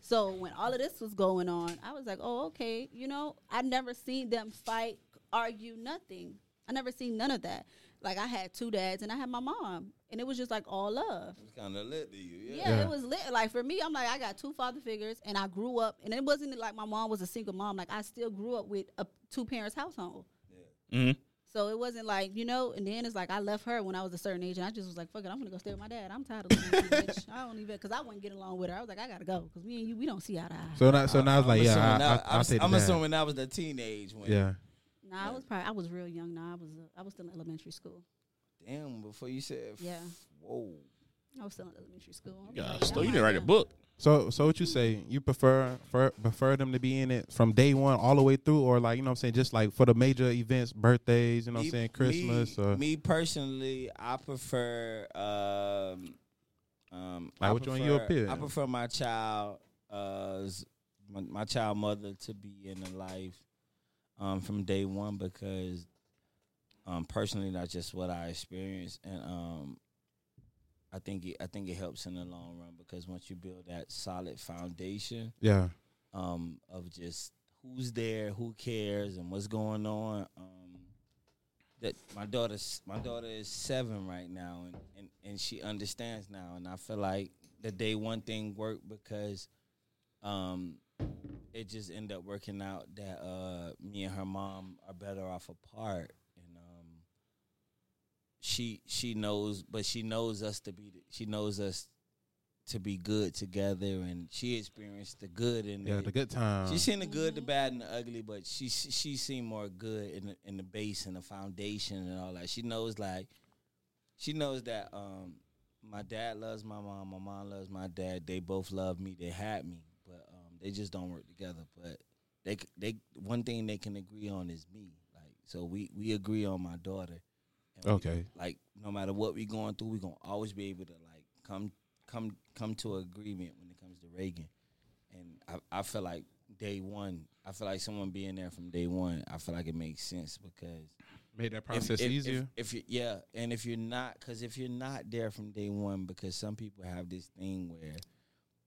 So when all of this was going on, I was like, oh, okay. You know, I never seen them fight, argue, nothing. I never seen none of that. Like I had two dads and I had my mom. And it was just like all love. Kind of lit to you, Yeah, it was lit. Like for me, I'm like, I got two father figures and I grew up and it wasn't like my mom was a single mom. Like I still grew up with a two parents household. Mhm. So it wasn't like, you know, and then it's like I left her when I was a certain age and I just was like, fuck it, I'm gonna go stay with my dad. I'm tired of living with you, bitch. I don't even cause I wouldn't get along with her. I was like, I gotta go because me and you we don't see eye to eye. So now so now it's like I'm yeah, assuming I, that- I, I'll I'm, take I'm that. assuming I was the teenage when. Yeah. Nah, I was probably I was real young. Nah, I was uh, I was still in elementary school. Damn, before you said. f- Yeah. Whoa. I was still in elementary school. Yeah, I'm like, so you I'm didn't like, write a yeah. book. So so what you say? You prefer prefer, prefer them to be in it from day one all the way through, or like you know what I'm saying, just like for the major events, birthdays, you know what I'm Me- saying, Christmas, Me, or me personally, I prefer. Um, um, I Like, which one you prefer- appear I in? prefer my child, uh, s- my, my child mother to be in the life, um, from day one because, um, personally that's just what I experienced, and um, I think it, I think it helps in the long run because once you build that solid foundation, yeah, um, of just who's there, who cares, and what's going on. Um, that my daughter's my daughter is seven right now, and, and and she understands now, and I feel like the day one thing worked because, um, it just ended up working out that uh me and her mom are better off apart, and um, she she knows, but she knows us to be she knows us. To be good together, and she experienced the good in yeah, it. the good time. She seen the good, the bad, and the ugly, but she she she seen more good in the, in the base and the foundation and all that. She knows like she knows that um my dad loves my mom, my mom loves my dad. They both love me. They had me, but um they just don't work together. But they c- they one thing they can agree on is me. Like so we we agree on my daughter. And we- Okay. like no matter what we going through, we gonna always be able to like come come come to agreement when it comes to Reagan and I, I feel like day one, I feel like someone being there from day one, I feel like it makes sense because Made that if- process if, easier. If, if you yeah, and if you're not, because if you're not there from day one, because some people have this thing where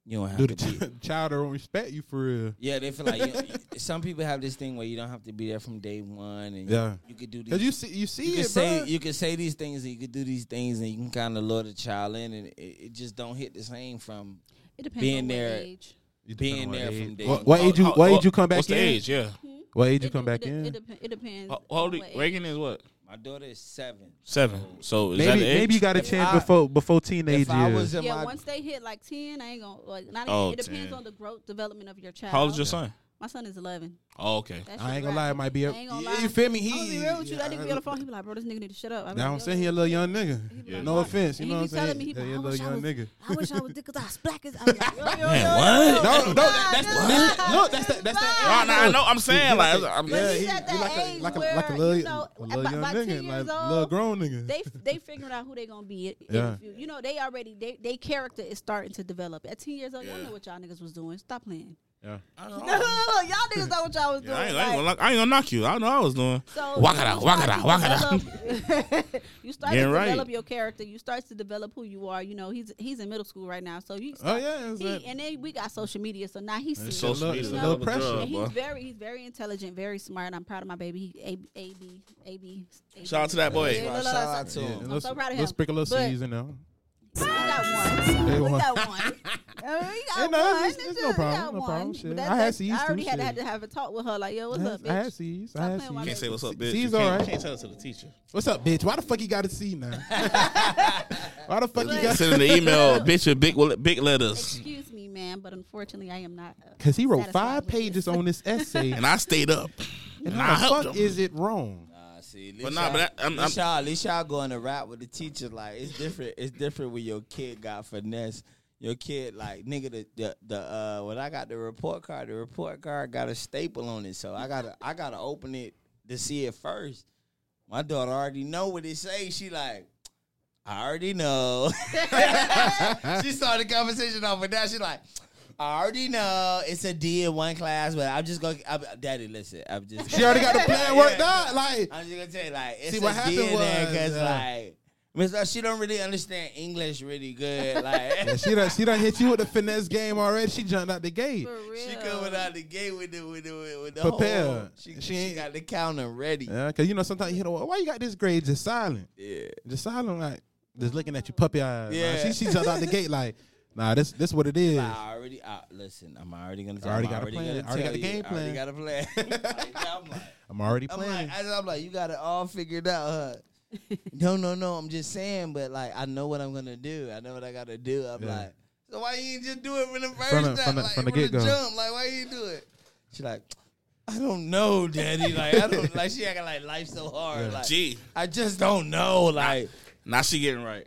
you don't have Do to the be. ch- child don't respect you for real? Yeah, they feel like you, some people have this thing where you don't have to be there from day one, and Yeah. you, you could do these. Cause you see you see you it, can say bruh. you can say these things and you can do these things and you can kind of lure the child in and it, it just don't hit the same from It depends Being on what there- age. You depend being on there age. from day What, one. what age you How- what how- age you come back what's the in? age? Yeah. What age you It come do- back it, de- It, in? dep- it depends. How how old on is- what age. Reagan is what My daughter is seven. seven. So is that Maybe the age? maybe you got a chance I- before before teenage If I was years. in Yeah, my once they hit like ten, I ain't gonna like. Not even, Oh, it depends 10. on the growth development of your child. How old is your son? My son is eleven. Oh, okay. That I shit ain't gonna lie, it rap. might be a I ain't gonna you lie. you feel me. I'm gonna be He real with you. That nigga be on the phone. He be like, bro, this nigga need to shut up. I be Now like, I'm yo, saying he a little young nigga. Yeah. No offense, you And know what he I'm be telling saying? me, he be Yeah, he a like, I little wish I young was, nigga. I wish I was dick, cause I was black as. I'm like, yo, yo, Man, yo, yo. what? No, no, that, God, that's God. that's that, look, that's that, that's Nah, that. nah, I know. I'm saying like I'm, But Yeah, he's he- at he that like a- age like a- where like a little- you know, a little by, young by nigga, ten years like, old, little grown nigga. They they figuring out who they gonna be. in- in Yeah. the future. you know, they already they they character is starting to develop. At ten years old, y'all know what y'all niggas was doing. Stop playing. Yeah. y'all niggas know what y'all was doing. I ain't, I, ain't like- gonna, knock- I ain't gonna knock you. I know I was doing. so Wakada, you start wakada, to develop- you start Yeah, to right. develop your character. You start to develop who you are. You know, he's he's in middle school right now, so you. Oh yeah, it's He, that, and then we got social media, so now he's It's seeing social little- media. it's is a another little pressure. drug, And he's boy. very, he's very intelligent, very smart. and I'm proud of my baby. He A A B A B. Shout out to that boy. Yeah, look, look, Shout out look. to yeah, him. let's, so proud of let's him. sprinkle a little But- season now. We got one. They We won. got one. Uh, we got Hey, no, one. it's- it's no We problem, got no one. problem, shit. But that's- I had that's- C's I already too, had to shit. have to have a talk with her. Like, yo, what's I up, had- I had bitch? C's. Stop I had playing with C's. me. Can't say what's up, bitch. C's You can't, all right. you can't tell it to the teacher. What's up, bitch? Why the fuck you got a C now? Why the fuck you But- got? Send an email, bitch, with big big letters. Excuse me, ma'am, but unfortunately, I am not. uh, Because he wrote satisfied five with this. pages on this essay, and And I stayed up. And, I how the helped fuck them. is it wrong? Nah, see, But nah, but that- I'm- at least y'all, at least y'all going to rap with the teacher. Like it's different. It's different when your kid got finesse. Your kid, like nigga, the the, the uh, when I got the report card, the report card got a staple on it, so I gotta I gotta open it to see it first. My daughter already know what it say. She like, I already know. she started the conversation off with that. She like, I already know it's a D in one class, but I'm just gonna, I'm, Daddy, listen, I'm just. She already got the plan Yeah. worked out. Like, I'm just gonna tell you, like, it's See, See, what what happened was, because uh, like, Miss, uh, she don't really understand English really good. Like, she done she done hit you with the finesse game already. She jumped out the gate. For real. she coming out the gate with the with the with the Prepared. whole. She, She she, ain't- got the counter ready. Yeah, because you know sometimes you hit a wall. Why you got this grade just silent? Yeah. Just silent, like just looking at your puppy eyes. Yeah, Yeah. she she jumped out the gate like, nah, this this what it is. Like, I already I, listen. I'm already gonna. Tell, Already I'm got a already plan. Gonna Already tell got the you. game plan. Already got a plan. Like, I'm like, I'm already I'm playing. like, I, am like, you got it all figured out. Huh? no, no, no. I'm just saying, but like, I know what I'm gonna do. I know what I gotta do. I'm Yeah. like, so why you ain't just do it from the first time? the- from the- like, from the get-go. jump? Like, why you do it? She like, I don't know, Daddy. Like, I don't like. She acting like life so hard. Like, Gee, I just don't know. Like, now she getting right.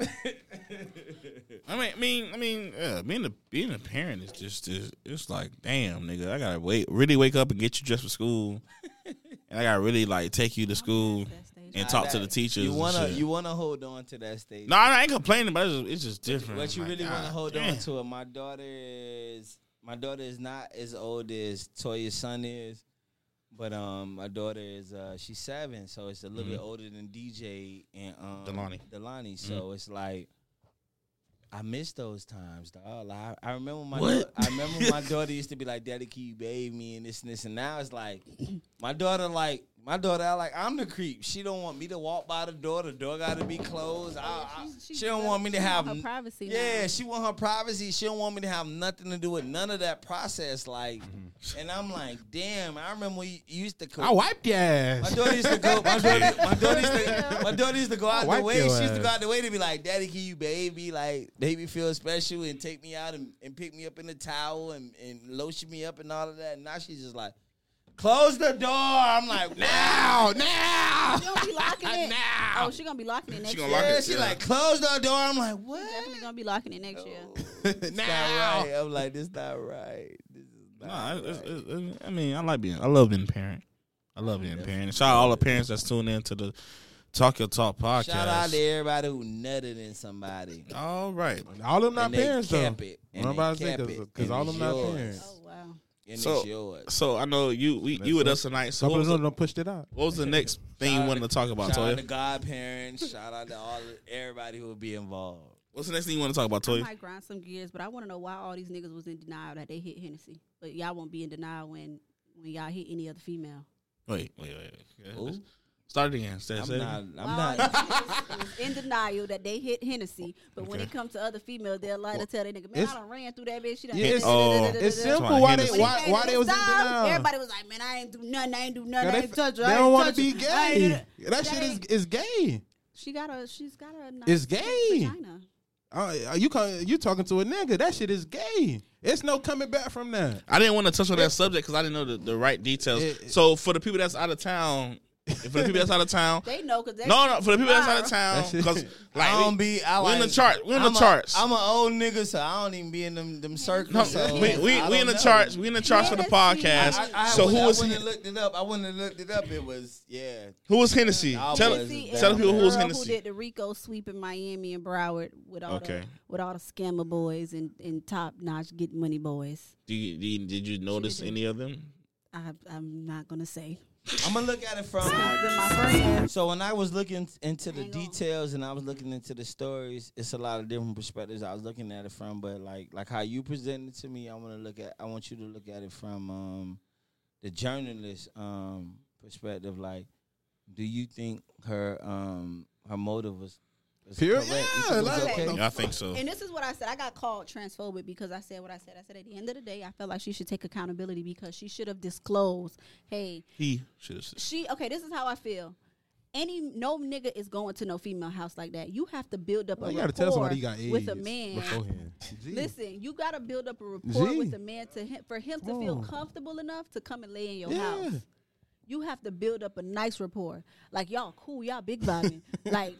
I mean, I mean, I mean, yeah, being a being a parent is just is it's like, damn, nigga, I gotta wait, really wake up and get you dressed for school, and I gotta really like take you to school and talk to the teachers. you wanna and shit. you wanna hold on to that stage. No, I ain't complaining, but it's just, it's just different. What you Like, really want to Mm-hmm. God hold damn. on to? It. My daughter is my daughter is not as old as Toya's son is, but um, my daughter is uh, she's seven, so it's a little bit older than DJ and Mm-hmm. um, Delani. Mm-hmm. Delani, so it's like. I miss those times, dog. Like, I, I remember my What? daughter, I remember my daughter used to be like, "Daddy, can you bathe me?" and this and this. And now it's like, my daughter like my daughter I like I'm the creep. She don't want me to walk by the door. The door got to be closed. I, I- She's- she's she don't good. want me to She have want her n- privacy now. Yeah, she want her privacy. She don't want me to have nothing to do with none of that process. Like, and I'm like, damn. I remember we used to. I wiped your My ass. daughter used to go. My daughter, my daughter used to. My daughter used to go out the Wipe way. your She used to go ass. out the way to be like, "Daddy, can you baby like baby feel special and take me out and, and pick me up in the towel and, and lotion me up and all of that." And now she's just like, "Close the door." I'm like, "Now, now." She gonna be locking it. Now. Oh, she gonna be locking it next gonna year. lock Yeah, it, she yeah. like close the door. I'm like, what? She definitely gonna be locking it next year. It's not right. I'm like, this not right. This is not Nah, it's, right. it's, it's, I mean, I like being, I love being a parent. I love being a parent. And shout out all the parents that's tuned in to the Talk Your Talk podcast. Shout out to everybody who nutted in somebody. All right. All them not And they parents though. kept it. And I'm about they to say kept because it. because And all it's them not yours. parents. Oh wow. And So- it's yours. So I know you, we, you with us tonight. So Some what of was, them the, done pushed it out. what was the next thing you Shout out wanted to talk about, Shout out to Toya? godparents. Shout out to all everybody who will be involved. What's the next thing you want to talk about, I Toya? might grind some gears, but I want to know why all these niggas was in denial that they hit Hennessy, but y'all won't be in denial when when y'all hit any other female. Wait, wait, wait. wait. Yeah, Ooh. let's- Start it again. Say, I'm say it not. again. I'm Why all not. these niggas was in denial that they hit Hennessy, but when Okay. it comes to other females, they'll lie to tell their nigga, man, it's- I done ran through that bitch. She done Yeah, da- it's- da- da- oh, da- da- da- It's da- da- simple That's why why they Hennessy- When it why came why to they was in Styles, denial. Everybody was like, man, I ain't do nothing. I ain't do nothing. Girl, I They ain't touch her. they I don't ain't want touch to be her. I ain't do gay. that." That shit is ain't- is gay. She got a. She's got a. Nice It's thick gay. Vagina. Uh, you call, you talking to a nigga? That shit is gay. It's no coming back from that. I didn't want to touch on that subject because I didn't know the, the right details. It- it- so for the people that's out of town, for the people that's out of town, They know because they. No, no, for the people that's out of town, That shit- because like I don't we, be. I we in like- the chart, we in the I'm a- charts. I'm an old nigga, so I don't even be in them them circles. No, so we we, I we in don't the know. charts, we in the charts for the podcast. I, I, so who was I Hen- wouldn't have looked it up. I wouldn't have looked it up. It was yeah. who was Hennessy? I Tell was See, down tell the people girl who was Who Hennessy. did the Rico sweep in Miami and Broward with all Okay. the with all the scammer boys and, and top notch get money boys? Do you, do you- did you notice any of them? I, I'm not gonna say. I'm gonna look at it from. They're my friends. So when I was looking into the Hang on. details and I was looking into the stories, it's a lot of different perspectives I was looking at it from. But like like how you presented it to me, I want to look at. I want you to look at it from um, the journalist um, perspective. Like, do you think her um, her motive was It's Period? correct. You Yeah, think it's like- okay? Yeah, I think so. And this is what I said. I got called transphobic because I said what I said. I said at the end of the day, I felt like she should take accountability because she should have disclosed, hey, He should have. she okay, this is how I feel. Any no nigga is going to no female house like that. You have to build up Well, a you rapport gotta tell somebody you got AIDS with a man. beforehand. Gee. Listen, you gotta build up a rapport Gee. with a man to him for him to feel on. comfortable enough to come and lay in your Yeah. house. You have to build up a nice rapport. Like y'all cool, y'all big vibing. like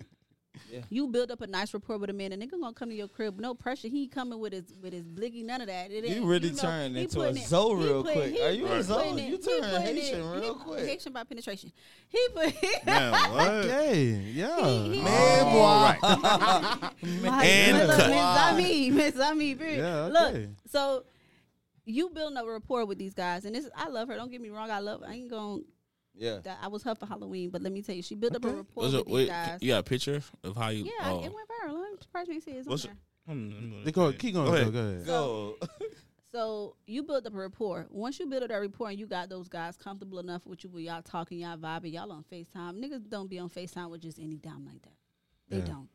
you build up a nice rapport with a man, and nigga gonna come to your crib. No pressure. He coming with his with his blicky, none of that. It ain't- You really know, turned he into a putting it- Zoe he real putting- quick. he- Are you he a Zoe? putting it- You he turned putting it- Haitian he- real quick. Haitian by penetration. He put. Man, what? Okay, yeah. He- he- Oh, Man, boy. And look, cut. Miss Ami, Miss Ami, period. Yeah, Look, okay. so you building a rapport with these guys, and this I love her. Don't get me wrong, I love. I ain't gonna. Yeah. die. I was her for Halloween, but let me tell you, she built up Okay. a rapport Was with it, these wait, guys. you got a picture of how you? Yeah, oh. it went viral. I'm surprised they see it. It's on What's it? there. Hmm, go They go, ahead. keep going. Go, go ahead. Go. So you build up a rapport. Once you build up that rapport and you got those guys comfortable enough with you, where y'all talking, y'all vibing, y'all on Facetime. Niggas don't be on Facetime with just any dom like that. They Yeah. don't.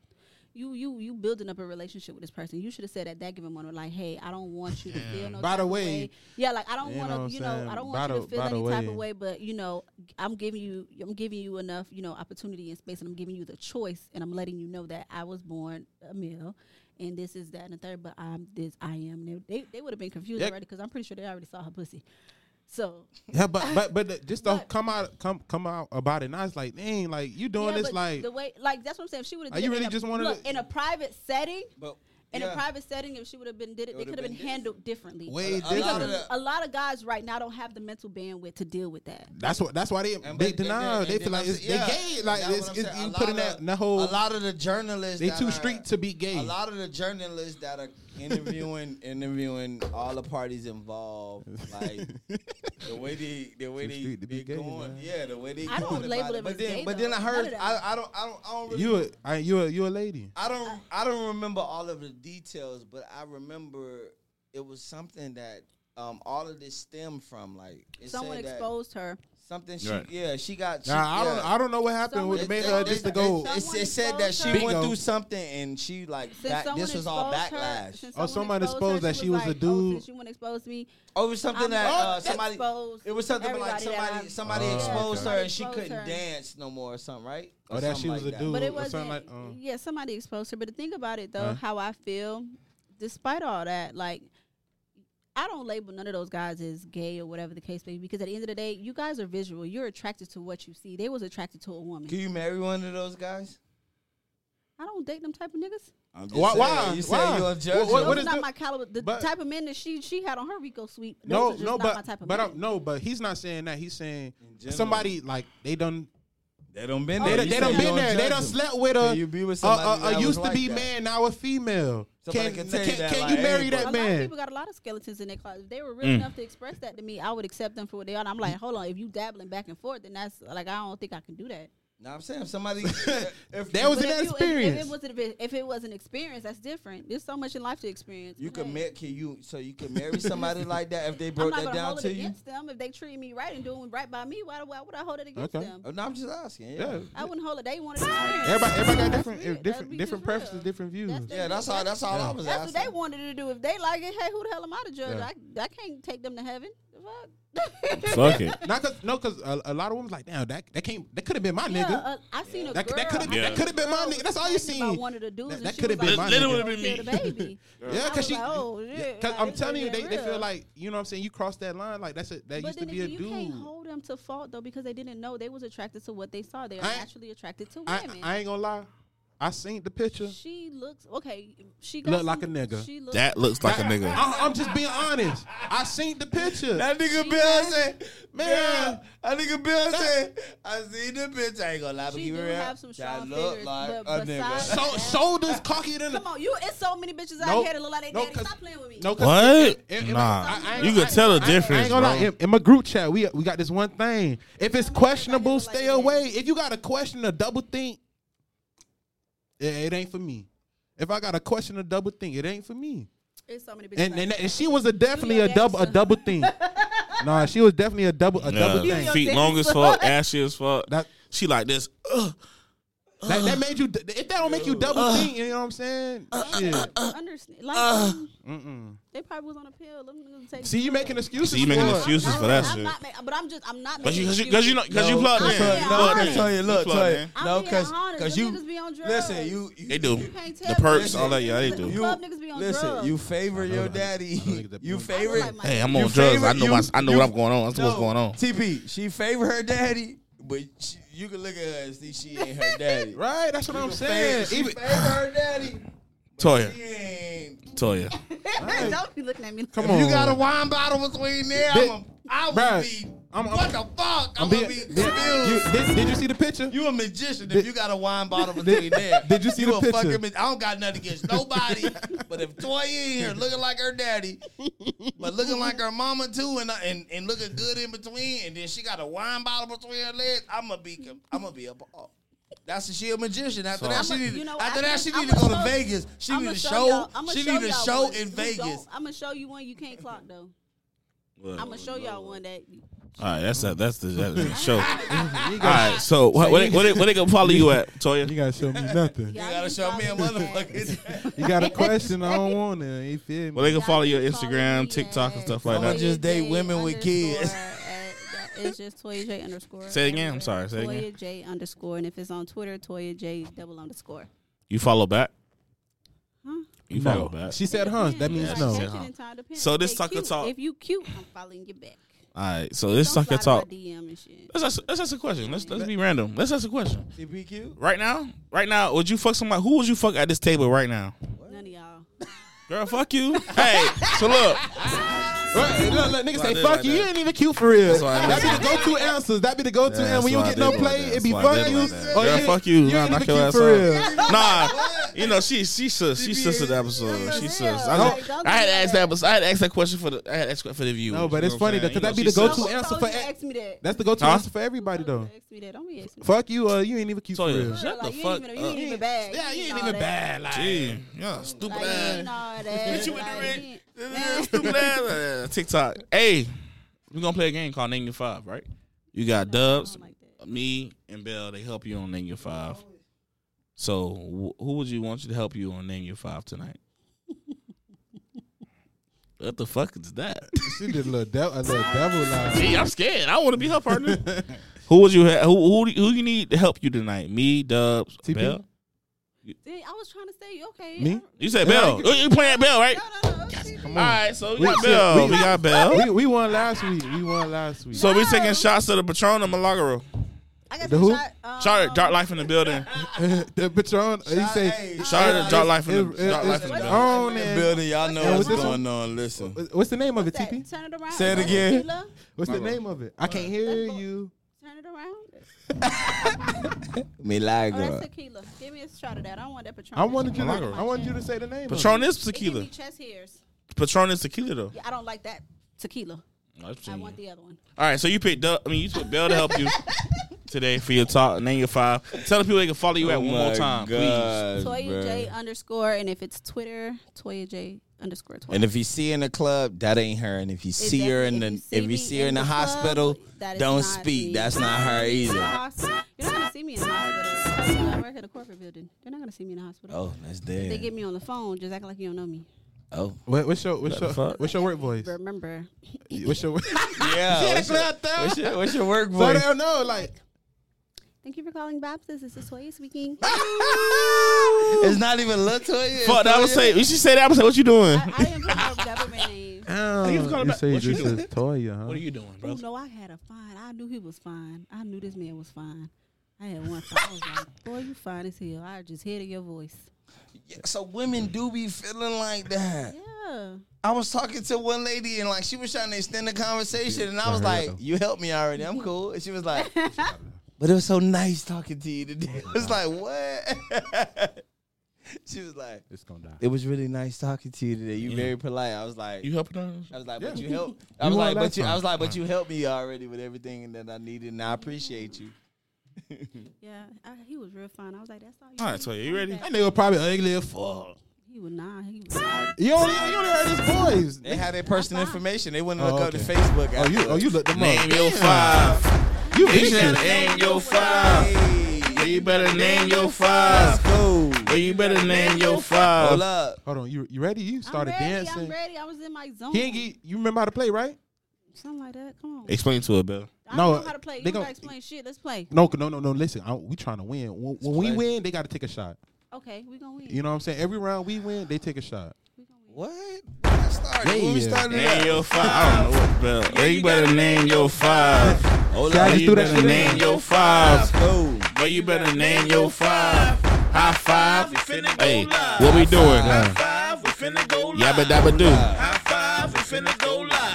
You you you building up a relationship with this person. You should have said at that given moment, like, hey, I don't want you to feel no. By type the of way- yeah, like I don't You want know what I'm to, you know, saying? I don't By want you the- to feel by the any type of way- way, but you know, I'm giving you, I'm giving you enough, you know, opportunity and space, and I'm giving you the choice, and I'm letting you know that I was born a male, and this is that and the third, but I'm this, I am. They they, they would have been confused Yeah. already because I'm pretty sure they already saw her pussy. So Yeah, but but but the- just don't But- come out come come out about it. Now it's like, dang, like you doing this yeah, but like the way, like that's what I'm saying. If she would have, Are you really just wanted look, to- in a private setting. But In yeah. a private setting, if she would have been did it, they would've could have been, been different. handled differently. way a lot of different. the- a lot of guys right now don't have the mental bandwidth to deal with that. That's what that's why they And they but- and deny. then- They and feel then like I'm it's, saying- they yeah, gay. Like that's it's, what I'm it's, saying. you A putting lot that of- that whole A lot of the journalists. they that too are- street to be gay. A lot of the journalists that are interviewing, interviewing all the parties involved, like the way they, the way Too they, street to be they gay, going, man. yeah, the way they. I going don't about label it But as then, gay, but though. then I None heard, of that. I, I don't, I don't, I don't really you a I, you a you a lady. I don't I don't remember all of the details, but I remember it was something that um, all of this stemmed from. Like it Someone said that exposed her. something. She, Right. Yeah, she got. She, Nah, I don't yeah. I don't know what happened. Someone What made is her gay. just to They- go. they- It, it said that she Someone went exposed through her. something and she like Since back, someone this was all exposed Her, backlash since Oh, someone somebody exposed that she was a like, Oh, dude. since you want to expose me. over something I'm that gonna uh, somebody. expose It was something like everybody that somebody I- somebody Oh, exposed okay. her and she Exposed couldn't her. dance no more or something, right? Oh, Or that something she was like uh. a that. dude. But it Or something wasn't. like, um, yeah, somebody exposed her. But the thing about it though, Huh? how I feel, despite all that, like. I don't label none of those guys as gay or whatever the case may be because at the end of the day, you guys are visual. You're attracted to what you see. They was attracted to a woman. Can you marry one of those guys? I don't date them type of niggas. I'm just Why? saying, Why? You said Why? you're a What- judge. what- Those what is not the- my caliber. The but- type of men that she she had on her Rico suite. Those are No, just no, not but my type of but men. I'm, no, but he's not saying that. He's saying general. somebody like they done They don't been Oh, They, there. done- You they said done you been there. They judge done them. slept with Can a you be with a- somebody a, a, that was used to like be that? man, now a female. Somebody can tell you that, can like, you marry hey, that a lot of man? Mm. people got a lot of skeletons in their closet. If they were real enough to express that to me, I would accept them for what they are. And I'm like, hold on, if you dabbling back and forth, then that's like I don't think I can do that. No, I'm saying if somebody. if That was But an if you- if- experience. If, it was an, if, it was an experience, that's different. There's so much in life to experience. You But could hey, marry, can you so you could marry somebody like that if they I'm broke not that gonna down hold it to you. against them if they treat me right and doing right by me. Why, why would I hold it against Okay. them? Oh, no, I'm just asking. Yeah, Yeah. I wouldn't hold it. They wanted. Experience. Everybody, everybody got different, That's it. That'd different, be different just real. preferences, different views. That's the- yeah. That's all. That's all I was That's asking. what they wanted to do. If they like it, hey, who the hell am I to judge? Yeah. I, I can't take them to heaven. The fuck? Fuck it. Not cause, no, cause a, a lot of women like, damn, that that can't, that could have been my Yeah, nigga. uh, I seen a That- girl. that could've- I that seen could've a been my girl nigga. was That's all you complaining about seen. One of the dudes. That- and that she could've was been like, my That nigga. would've been "Kill me." the baby. yeah, I was cause she, like, oh, shit, cause like, I'm this telling you, could've they, been they feel real. like, you know what I'm saying. You cross that line, like that's a, that But used to then be a again, you can't dude. hold them to fault though because they didn't know they was attracted to what they saw. They are I- naturally attracted to I, women. I ain't gonna lie, I seen the picture. she looks okay. She got Look like some- a nigga. She looks That looks like a nigga. I, I'm just being honest. I seen the picture. That nigga She Bill said- said, man, Yeah. that nigga Bill said, I seen the bitch. I ain't gonna lie, but She keep it do real. have some strong that look figures, like but a nigga. besides so, shoulders cockier than Come on, you. It's so many bitches out Nope. here that look like they Nope, daddy. cause- Stop playing with me. No, 'cause What? it- it- it- Nah. I- I ain't You gonna- could tell I- the I- I ain't difference, gonna lie. bro. In, in my group chat, we we got this one thing. If it's questionable, like stay it is. away. If you got a question or double think, it, it ain't for me. If I got a question or double think, it ain't for me. It's so many bitches. And out and, here. and she was a definitely your a double a gangster. double think. nah, she was definitely a double a double Yeah. think. your Feet dick long as suck. fuck, ashy as fuck. That- she like this. Ugh. Like that made you. d- If that don't make you double Uh, think, you know what I'm saying? Shit. Understand? Like, uh, Mm-mm. they probably was on a pill. Them niggas take See, you making excuses. See, you making for it. excuses I'm for that not shit. ma- but I'm just, I'm not Cause making you, cause you, excuses. cause you, know, cause you plugged in. I'm being Plugged honest. in. tell you, look, plugged tell you. in. I'm No, being cause, honest. cause Them you, niggas be on drugs. listen, you, you They do. You can't tell The perks, people. all that. Yeah, they Listen, do. you- Club niggas be on listen, drugs. you favor your daddy. don't think that You point- I favor. look like my- Hey, I'm You on drugs. I favorite- know. you- what's I know you- what I'm going on. I know what's No, going on. TP, she favor her daddy, but she, you can look at her and see she ain't her daddy. Right, that's what I'm She favor- saying. she Even, favor her daddy. She Toya, ain't. Toya. Don't be looking at me. come If on, you got a wine bottle between there, I'm Bit- a, I would Bruh, be. I'm- I'm- what the fuck? I'm, Did, gonna be did- confused. you, did, did you see the picture? You a magician if you got a wine bottle between there. did you see the a picture? fucking mag- I don't got nothing against nobody, but if Toya in here looking like her daddy, but looking like her mama too, and and, and looking good in between, and then she got a wine bottle between her legs, I'm gonna be com- I'm gonna be up. all- That's she a magician. After that, I'ma- she need, you know, after I that she think need to go I'ma to show- Vegas. She I'ma need a show. y'all- I'ma She show need a y'all show one. in You Vegas. don't- I'ma show you one you can't clock though. I'ma show y'all one that. All right, that's that. That's the, that's the show. all right, so what? What? They, what, they, what they gonna follow you at, Toya? gotta show me nothing. Yeah. You gotta show me a motherfucker. You got a question? I don't want to. You feel Well, me? they can follow your Instagram, TikTok, and stuff like I'ma that. just date women with kids. It's just Toya J underscore. Say it again. I'm sorry. Say it Toya again. J underscore, and if it's on Twitter, Toya J double underscore. You follow back. Huh? You follow No. back. She said, "Huh?" That means Yeah, she no. said- Attention and time depends. So this They sucker cute. talk- If you cute, I'm following you back. All right, so let's Don't talk and slide in talk. my DM and shit. Let's ask, let's ask a question. Let's let's be random. Let's ask a question. TPQ. Right now, right now, would you fuck somebody? Who would you fuck at this table right now? None of y'all. Girl, fuck you. hey, so look, Right, look, look, niggas say, did "Fuck like you." that. You ain't even cute for real. why I That be the go-to answers. That be the go-to. Yeah, and when you don't that's get why I no did like play, that. it be That's why I fuck did you. like that. or Girl, ain't- fuck you. Oh, You Nah, ain't knock even your ass cute for out. real. nah, you know she she sus she sus to the episode. She sus. I Like, don't. don't I had to do ask that. that. episode. I had to ask that question for the. I had to ask that for the view. No, but it's funny though, 'cause that be the Who go-to told answer you for to a- ask me that. That's the go-to Huh? answer for everybody Don't though. ask me that. Don't be asking me Fuck you. Uh, you ain't even cute for real. Toya, that. shut the Like, you fuck ain't even- You ain't even up. bad. Yeah, you ain't all even that. bad. Like, Gee, yeah, stupid Like, ass. you know all that. Bitch, you in the Like, red. he- Stupid ass. Uh, TikTok. Hey, we're gonna play a game called Name Your Five, right? You got Dubs, like that. me, and Bell. They help you on Name Your Five. So, wh- who would you want you to help you on Name Your Five tonight? what the fuck is that? She did a little devil, a little devil line. Gee, I'm scared. I want to be her partner. who would you? Ha- who who do- who you need to help you tonight? Me, Dubs, TP? Bell. See, I was trying to say, okay. Me? You said Bell. You, you playing at Bell, right? No, no, no. see, All right. So we We- got Bell. we- We got Bell. We, we won last week. We won last week. So we taking shots to the Patron and Malagaro. I got The some who? shot. Um, Shout out Dark Life in the building. the patron, he Shout- say, hey, Shout out to Dark Life in It's- the Dark Life it's in the it's- building. on in the and- building, y'all know Yeah, what's with this going on. Listen, What's the name of it, that. TP? Turn it around. Say it That's again. tequila. What's the name of it? I can't hear you. Turn it around. Oh, that's Milagro. tequila. Give me a shot of that. I don't want that Patron. I wanted you. To, Milagro. I wanted you to say the name. Patron Of is It give me tequila. chest hairs. Patron is tequila though. Yeah, I don't like that tequila. That's I true. want the other one. All right, so you picked up. I mean, you took Bell to help you today for your talk. Name your five. Tell the people they can follow Oh you at one more time, Toya J underscore, and if it's Twitter, Toya J underscore Toya. And if you see her in the club, that ain't her. And if you see her in the, Exactly. if you see her in the club, hospital, that is don't not speak. me. That's not her In the either. hos- You're not gonna see me in the hospital. I work at a corporate building. They're not gonna see me in the hospital. Oh, that's They dead. get me on the phone, just acting like you don't know me. Oh, What, what's your what's your fuck? what's your work voice? Remember, What's your? yeah. what's, your, what's, your, what's your work so they voice? don't know. Like thank you for calling Baptist. This is Toya speaking. It's not even little to you. Fuck, that was say. You should say that. was say, what you doing? I, I didn't put no government name. oh, you was calling you back. say What you this doing? is Toya, huh? What are you doing, bro? Oh no, I had a fine. I knew he was fine. I knew this man was fine. I had one. Fine. I was like, boy, you fine as hell. I just heard your voice. So women do be feeling like that. Yeah. I was talking to one lady and like she was trying to extend the conversation, and I was like, "You helped me already. I'm cool." And she was like, "But it was so nice talking to you today." I was like, "What?" she was like, It's gonna die. "It was really nice talking to you today. You very polite." I was like, You helping her? "I was like, but Yeah. you helped." I was won like, "But last you." I time. was like, "But you helped me already with everything and that I needed, and I appreciate you." Yeah, I, he was real fine. I was like, that's all you. All right, need. so you ready? That nigga probably ugly as fuck. He was not. He was You only you only heard his voice. They had their personal fine. information. They wouldn't Oh, look up okay. to Facebook. Oh you afterwards. oh you looked them Name up. your five. You You should visionary. name your five. Hey. you better name your five. go. Boy, you better name your Hold five. up. Hold on, you you ready? You started I'm ready, dancing. I'm ready. I was in my zone. He ain't get, you remember how to play, right? Something like that. Come on. Explain to her, Bell. I No, don't know how to play. You they don't gotta gon- explain shit. Let's play. No, no, no, no. Listen, I, we trying to win. When, when we play. win, they got to take a shot. Okay, we gonna win. You know what I'm saying? Every round we win, they take a shot. What? I started. When we Yeah. started Name it up. your five. I don't know what Bell. Boy, you better name your five. Hold I Boy, up. just you threw that better shit in. name your five. Go. Boy, you better name your five. High five. Hey, what we doing? Yabba dabba do.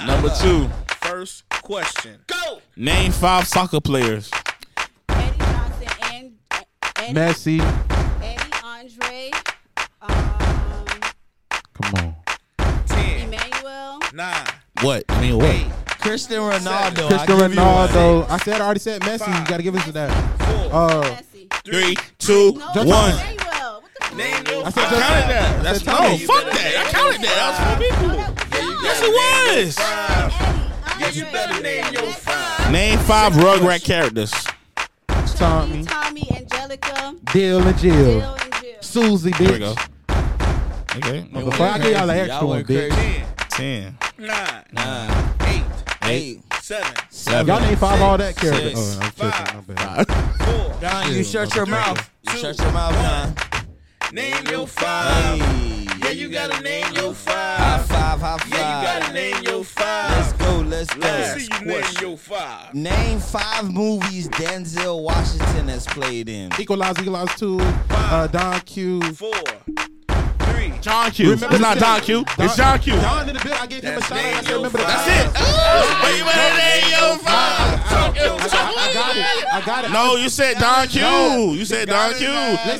Number two. First question. Go. Name five soccer players. Eddie Johnson and eh, Eddie, Messi, Eddie Andre, um, come on. Emmanuel. What? I mean, what? Cristian Ronaldo. Cristiano I give you one. Ronaldo. I said I already said Messi. You got to give us to that. Uh, Messi. Three, two, one. No, Emmanuel. What the fuck? I I said counted just, that. That's no, oh, fuck that. I counted that. That was four people. Yes, it was. Eddie, Andre, Messi, Name five Rugrat characters. Tommy. Tommy, Angelica, Dale and Jill, Bill, and Jill. Susie, bitch. There we go. Okay. Before I give y'all an Crazy. extra Y'all one, went bitch. crazy. Ten. Nine, Eight. eight, Seven. Y'all name five all that character. six, Oh, I'm tripping. My bad. Don, you shut your mouth. You shut your mouth, Don. Name your five. Hey. Yeah, you gotta name your High five. five, high five. Yeah, you gotta name your Let's five. go, let's go. Let's see you name your five. Name five movies Denzel Washington has played in. Equalize, equalize two. Uh, Don Q. Four, three. John Q. Remember it's not the- Don Q. Don- it's John Q. Don in the bit. I gave him a That's shout out. I name said, your remember the five. That's it. Oh, but you better name your five. Talk your I, talk. I got it. I got it. No, you said Don Q. You said Don Q.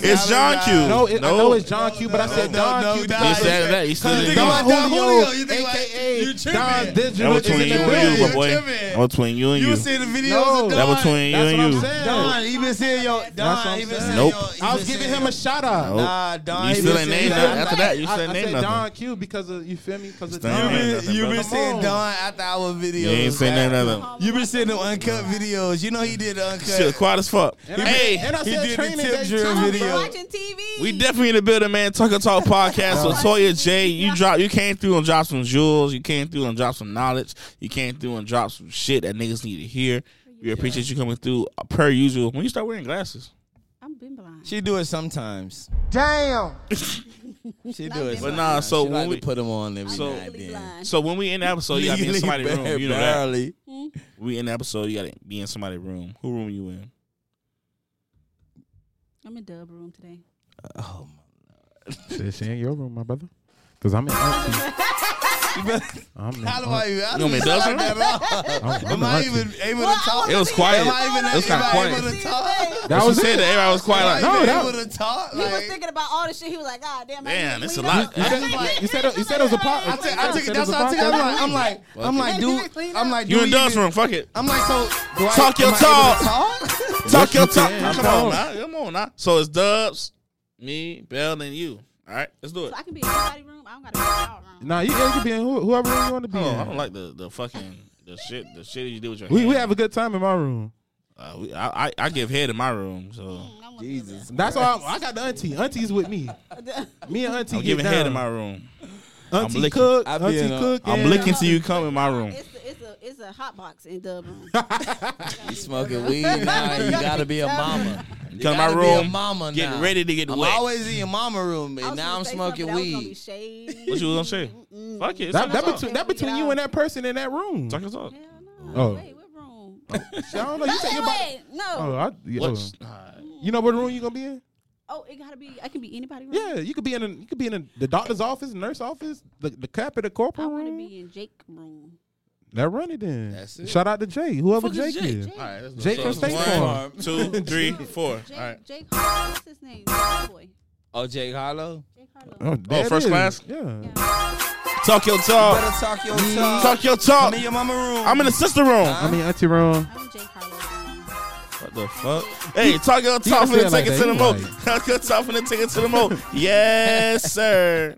It's John Q. No, it, I know it's John Q, but I said no, Don no, Q. no. He said that. He still Cause didn't think know. about Don Don Julio, Julio, you think like, aka you Don tripping. That Digital. was between is you in and you, the building. my boy. Tripping. That was between you and You you. was seeing the videos No, of Don. That was between you That's what and I'm you. saying. Don, even seeing your That's what I'm Don, even saying. seeing Nope. your. I was even giving seeing him a your- shout out. Nope. Nah, Don. You still even ain't seeing named your- nothing. After that, you I, said I name said nothing. Don Q because of you feel me because of Still Don. ain't name nothing. You been- You been Come seeing on. Don after our videos. You ain't seen man. none of them. You been seeing the uncut videos. You know he did the uncut. Shit, quiet as fuck. And I- Hey, and I he said did the training tip day drill too. I'm video. watching TV. we definitely in the building, man. Tuck and Talk podcast. So Toya J, you drop, you came through and dropped some jewels. You came through and dropped some knowledge. You came through and dropped some shit that niggas need to hear. We appreciate you coming through uh, per usual. When you start wearing glasses, I'm been blind. She do it sometimes. Damn. she do it. but nah. So So she when like we, to put them on every So- now and Really then. blind. so when we in the episode, you gotta be in somebody's room. You know that. Barely. We in the episode, you gotta be in somebody's room. Who room you in? I'm in dub room today. Oh It's in your room, my brother. Because I'm in auntie. my. I'm in How do auntie. I even? I You know what I mean? I'm, I'm Am in I auntie. even able Well, to talk? I It was quiet. Am I even It was am kind of I quiet. able to talk? That She was said it. that everybody was quiet. Like, Am I No, even that- able to talk? He was Like, thinking about all the shit. He was like, God damn. I Damn, need to it's a clean lot. up." You said, you said, you said it was a pop. I took, I took, said that's was a what I took. I'm podcast. like, I'm like, I'm like, dude, I'm like, you do in we Doug's even- room? Fuck it. I'm like, so do I, Talk your am I able to talk? Talk your talk. Yeah, Come talk. on now. Come on now. So it's Dubs, me, Bell, and you. All right, let's do it. So I can be in everybody's room. I don't gotta be in y'all room. Nah, you, yeah, you can be in who- whoever room you want to be Hold in. on, Oh, I don't like the, the fucking the shit the shit you do with your we, hand. we have a good time in my room. uh, we, I, I I give head in my room, so I wanna be in there. That's why I'm, I got the auntie. Auntie's with me. Me and auntie I'm get giving down. head in my room. auntie I'm licking. cook. I be auntie in a- cook. I'm and- looking to you come in my room. It's a, it's a it's a hot box in dub room. You smoking weed now? You gotta be a mama. Come You to my gotta be a room, mama Getting now. ready to get I'm wet. always in your mama room, I and was now gonna I'm say something, smoking but that was gonna be Mm. weed. shady. what you was gonna say? Fuck it. That, Talk that your talk. between that between you and that person in that room. Talk your talk. Hell no. Oh. Wait, what room? I don't know. You said you're about. Wait, no. Oh, I, yeah, What's- oh. you know what room you gonna be in? Oh, it gotta be. I can be anybody room. Yeah, you could be in a, you could be in a, the doctor's office, nurse office, the the cap at the I corporate want to room. be in Jake room. That run it then. That's it. Shout out to Jay, whoever Fuck is Jake, is. All right, let's do Jake it. from So State one, Farm. Two, three, four. Jake, All right. Jake Harlow. What's his name? That boy. Oh, Jake Harlow. Jake Harlow. Oh, there it first is. class? Yeah. Talk your talk. Better talk your talk. Mm-hmm. Talk your talk. I'm in your mama room. I'm in the sister room. I mean, auntie room. I'm Jake Harlow. What the fuck? Hey, talk your talk don't for the say it like ticket to that. the He mo. like- Talk your talk for the ticket to the mo. Yes, sir.